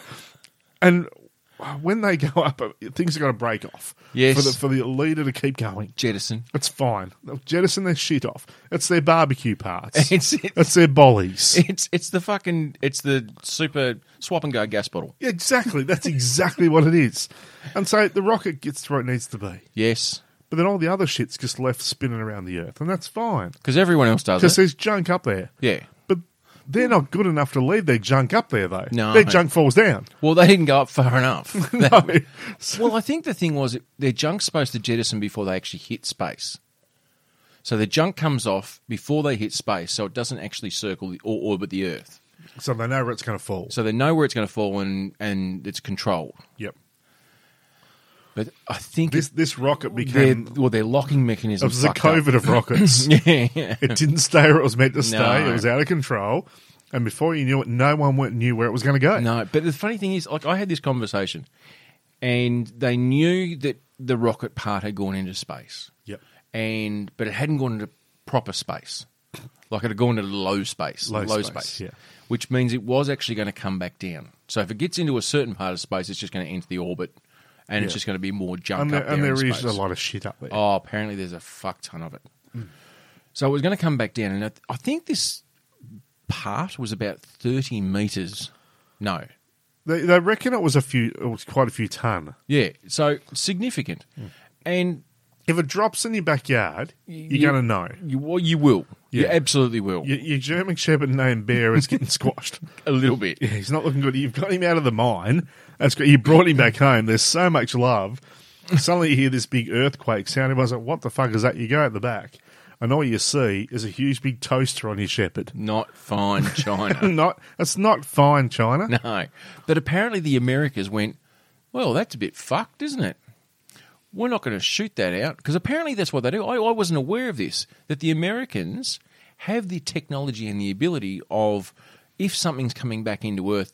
S3: and when they go up, things are going to break off.
S1: Yes.
S3: For the, for the leader to keep going.
S1: Jettison. [laughs]
S3: It's fine. They'll jettison their shit off. It's their barbecue
S1: [laughs]
S3: parts.
S1: It's, it's
S3: It's their
S1: [laughs]
S3: bollies.
S1: it's it's the fucking it's the super swap and go gas bottle.
S3: Exactly. That's exactly what it is. And so the rocket gets to where it needs to be.
S1: Yes,
S3: But then all the other shit's just left spinning around the Earth. And that's fine.
S1: because everyone else does
S3: Because
S1: it.
S3: there's junk up there.
S1: Yeah.
S3: But they're not good enough to leave their junk up there, though.
S1: No.
S3: Their junk
S1: [laughs]
S3: falls down. [laughs]
S1: Well, they didn't go up far enough.
S3: No.
S1: Well, I think the thing was it- their junk's supposed to jettison before they actually hit space. So their junk comes off before they hit space, so it doesn't actually circle the, or orbit the Earth.
S3: So they know where it's going to fall.
S1: So they know where it's going to fall and and it's controlled.
S3: Yep.
S1: But I think
S3: This this rocket
S1: their
S3: became.
S1: well their locking
S3: It
S1: mechanism
S3: was the
S1: fucked up.
S3: COVID of
S1: [laughs]
S3: rockets.
S1: yeah.
S3: it didn't stay where it was meant to stay.
S1: No.
S3: It was out of control. And before you knew it, no one went- knew where it was going to go.
S1: No, but the funny thing is, like I had this conversation, and they knew that the rocket part had gone into space.
S3: Yep.
S1: And but it hadn't gone into proper space, like it had gone into low space,
S3: Low
S1: low,
S3: space,
S1: space,
S3: yeah.
S1: which means it was actually going to come back down. So if it gets into a certain part of space, it's just going to enter the orbit, and it's
S3: Yeah.
S1: just going to be more junk
S3: And,
S1: up
S3: there,
S1: there.
S3: and
S1: in
S3: there is
S1: space.
S3: a lot of shit up there.
S1: Oh, apparently there's a fuck ton of it.
S3: Hmm.
S1: So it was going to come back down, and I, I think this part was about thirty meters. No,
S3: They, they reckon it was a few, it was quite a few ton.
S1: Yeah, so significant, and
S3: If it drops in your backyard, you're
S1: you-
S3: going to know.
S1: you well, you will, you
S3: Yeah.
S1: absolutely will,
S3: Your, your German Shepherd named Bear is getting [laughs] squashed.
S1: a little
S3: [laughs]
S1: bit.
S3: Yeah, he's not looking good. You've got him out of the mine. That's great. You brought him back home. There's so much love. Suddenly you hear this big earthquake sound. Everyone's like, what the fuck is that? You go out the back, and all you see is a huge big toaster on your Shepherd. [laughs]
S1: Not fine, China.
S3: Not, that's not fine, China.
S1: no, but apparently the Americas went. Well, that's a bit fucked, isn't it? We're not going to shoot that out because apparently that's what they do. I, I wasn't aware of this that the Americans have the technology and the ability of if something's coming back into Earth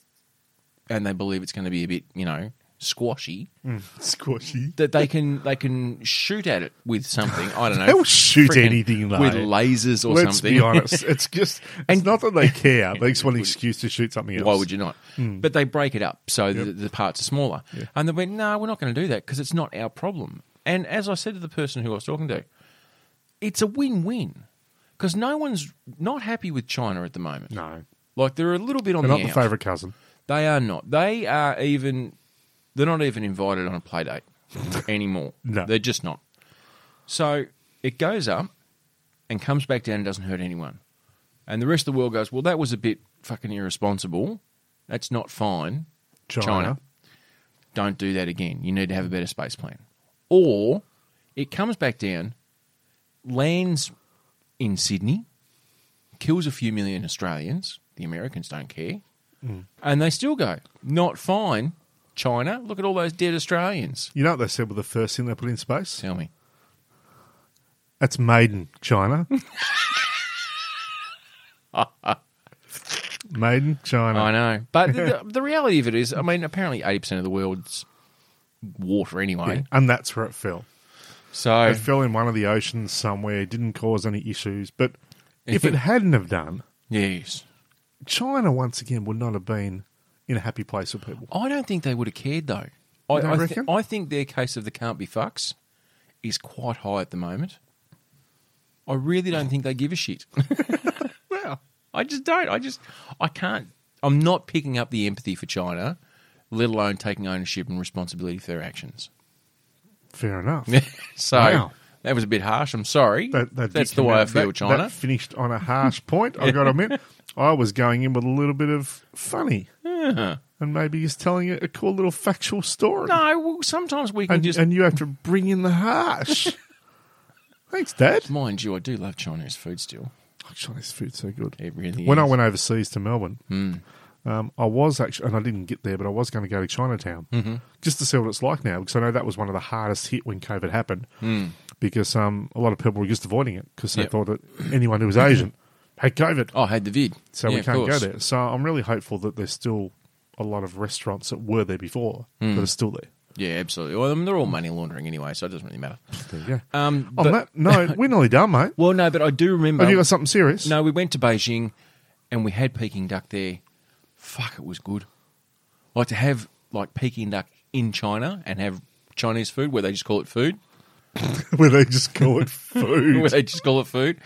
S1: and they believe it's going to be a bit, you know, squashy.
S3: [laughs] Squashy.
S1: that they can they can shoot at it with something. I
S3: [laughs]
S1: don't know.
S3: They will shoot
S1: frickin'
S3: anything, though.
S1: with lasers or
S3: Let's
S1: something.
S3: be honest. It's just, it's
S1: And-
S3: not that they care. They just want an excuse to shoot something
S1: [laughs]
S3: else.
S1: Why would you not?
S3: Hmm.
S1: But they break it up so the, the parts are smaller. And they went, no, we're not going to do that because it's not our problem. And as I said to the person who I was talking to, it's a win-win because no one's not happy with China at the moment.
S3: No.
S1: Like they're a little bit on
S3: They're
S1: the
S3: not the
S1: out.
S3: favourite cousin.
S1: They are not. They are even. They're not even invited on a play date anymore.
S3: No.
S1: they're just not. So it goes up and comes back down and doesn't hurt anyone. And the rest of the world goes, well, that was a bit fucking irresponsible. That's not fine.
S3: China.
S1: Don't do that again. You need to have a better space plan. Or it comes back down, lands in Sydney, kills a few million Australians. The Americans don't care.
S3: Mm.
S1: And they still go, not fine, China. Look at all those dead Australians.
S3: You know what they said with the first thing they put in space?
S1: Tell me.
S3: That's Maiden,
S1: [laughs]
S3: China. Maiden, China.
S1: I know. But the, the reality of it is, I mean, apparently 80% of the world's water anyway.
S3: Yeah, And that's where it fell.
S1: So,
S3: It fell in one of the oceans somewhere. It didn't cause any issues. But
S1: [laughs]
S3: if it hadn't have done,
S1: yes.
S3: China once again would not have been in a happy place for people.
S1: I don't think they would have cared, though. I,
S3: don't
S1: I, thi-
S3: reckon?
S1: I think their case of the can't be fucks is quite high at the moment. I really don't think they give a shit. [laughs]
S3: Wow.
S1: I just don't. I just I can't. I'm not picking up the empathy for China, let alone taking ownership and responsibility for their actions. [laughs]
S3: Fair enough.
S1: so
S3: Wow.
S1: that was a bit harsh. I'm sorry.
S3: That, that
S1: That's
S3: did
S1: the
S3: come
S1: way I
S3: out-
S1: feel,
S3: that-
S1: China.
S3: That finished on
S1: [laughs]
S3: a harsh point. I got to admit, I was going in with a little bit of funny, and maybe he's telling a, a cool little factual story.
S1: no, well, sometimes we can
S3: and,
S1: just
S3: and you have to bring in the [laughs] harsh. Thanks, Dad.
S1: mind you. I do love Chinese food still.
S3: Oh, Chinese food's so good.
S1: It really
S3: when
S1: is. Hmm.
S3: I went overseas to Melbourne, um, I was actually, and I didn't get there, but I was going to go to Chinatown
S1: Mm-hmm.
S3: just to see what it's like now, because I know that was one of the hardest hit when COVID happened,
S1: Hmm.
S3: because um, a lot of people were just avoiding it because they
S1: Yep.
S3: thought that anyone who was Asian had COVID,
S1: oh, I had the vid,
S3: so
S1: Yeah,
S3: we
S1: of
S3: can't go
S1: course.
S3: there. So I'm really hopeful that there's still a lot of restaurants that were there before
S1: Hmm.
S3: that are still there.
S1: Yeah, absolutely. Well, I mean, they're all money laundering anyway, so it doesn't really [laughs] matter.
S3: There you go.
S1: Um,
S3: On
S1: but-
S3: that note, we're nearly done, mate.
S1: well, no, but I do remember.
S3: Have you got something serious?
S1: No, we went to Beijing and we had Peking duck there. Fuck, it was good. Like to have like Peking duck in China and have Chinese food where they just call it food,
S3: [laughs]
S1: [laughs]
S3: Where they just call it
S1: where
S3: food.
S1: they just call it food,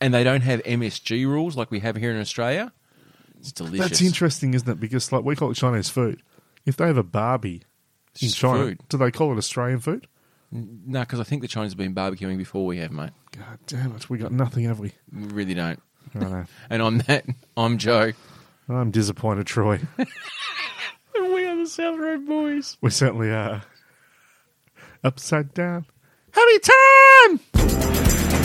S1: and they don't have MSG rules like we have here in Australia. It's delicious.
S3: That's interesting, isn't it? Because like we call it Chinese food. If they have a barbie in
S1: It's
S3: China,
S1: food.
S3: do they call it Australian food?
S1: No, because I think the Chinese have been barbecuing before we have, mate.
S3: God damn it, we got nothing, have we?
S1: We really don't.
S3: [laughs] I know.
S1: And on that, I'm Joe.
S3: I'm disappointed, Troy.
S1: And we are the South Road Boys.
S3: We certainly are. Upside down. Happy time!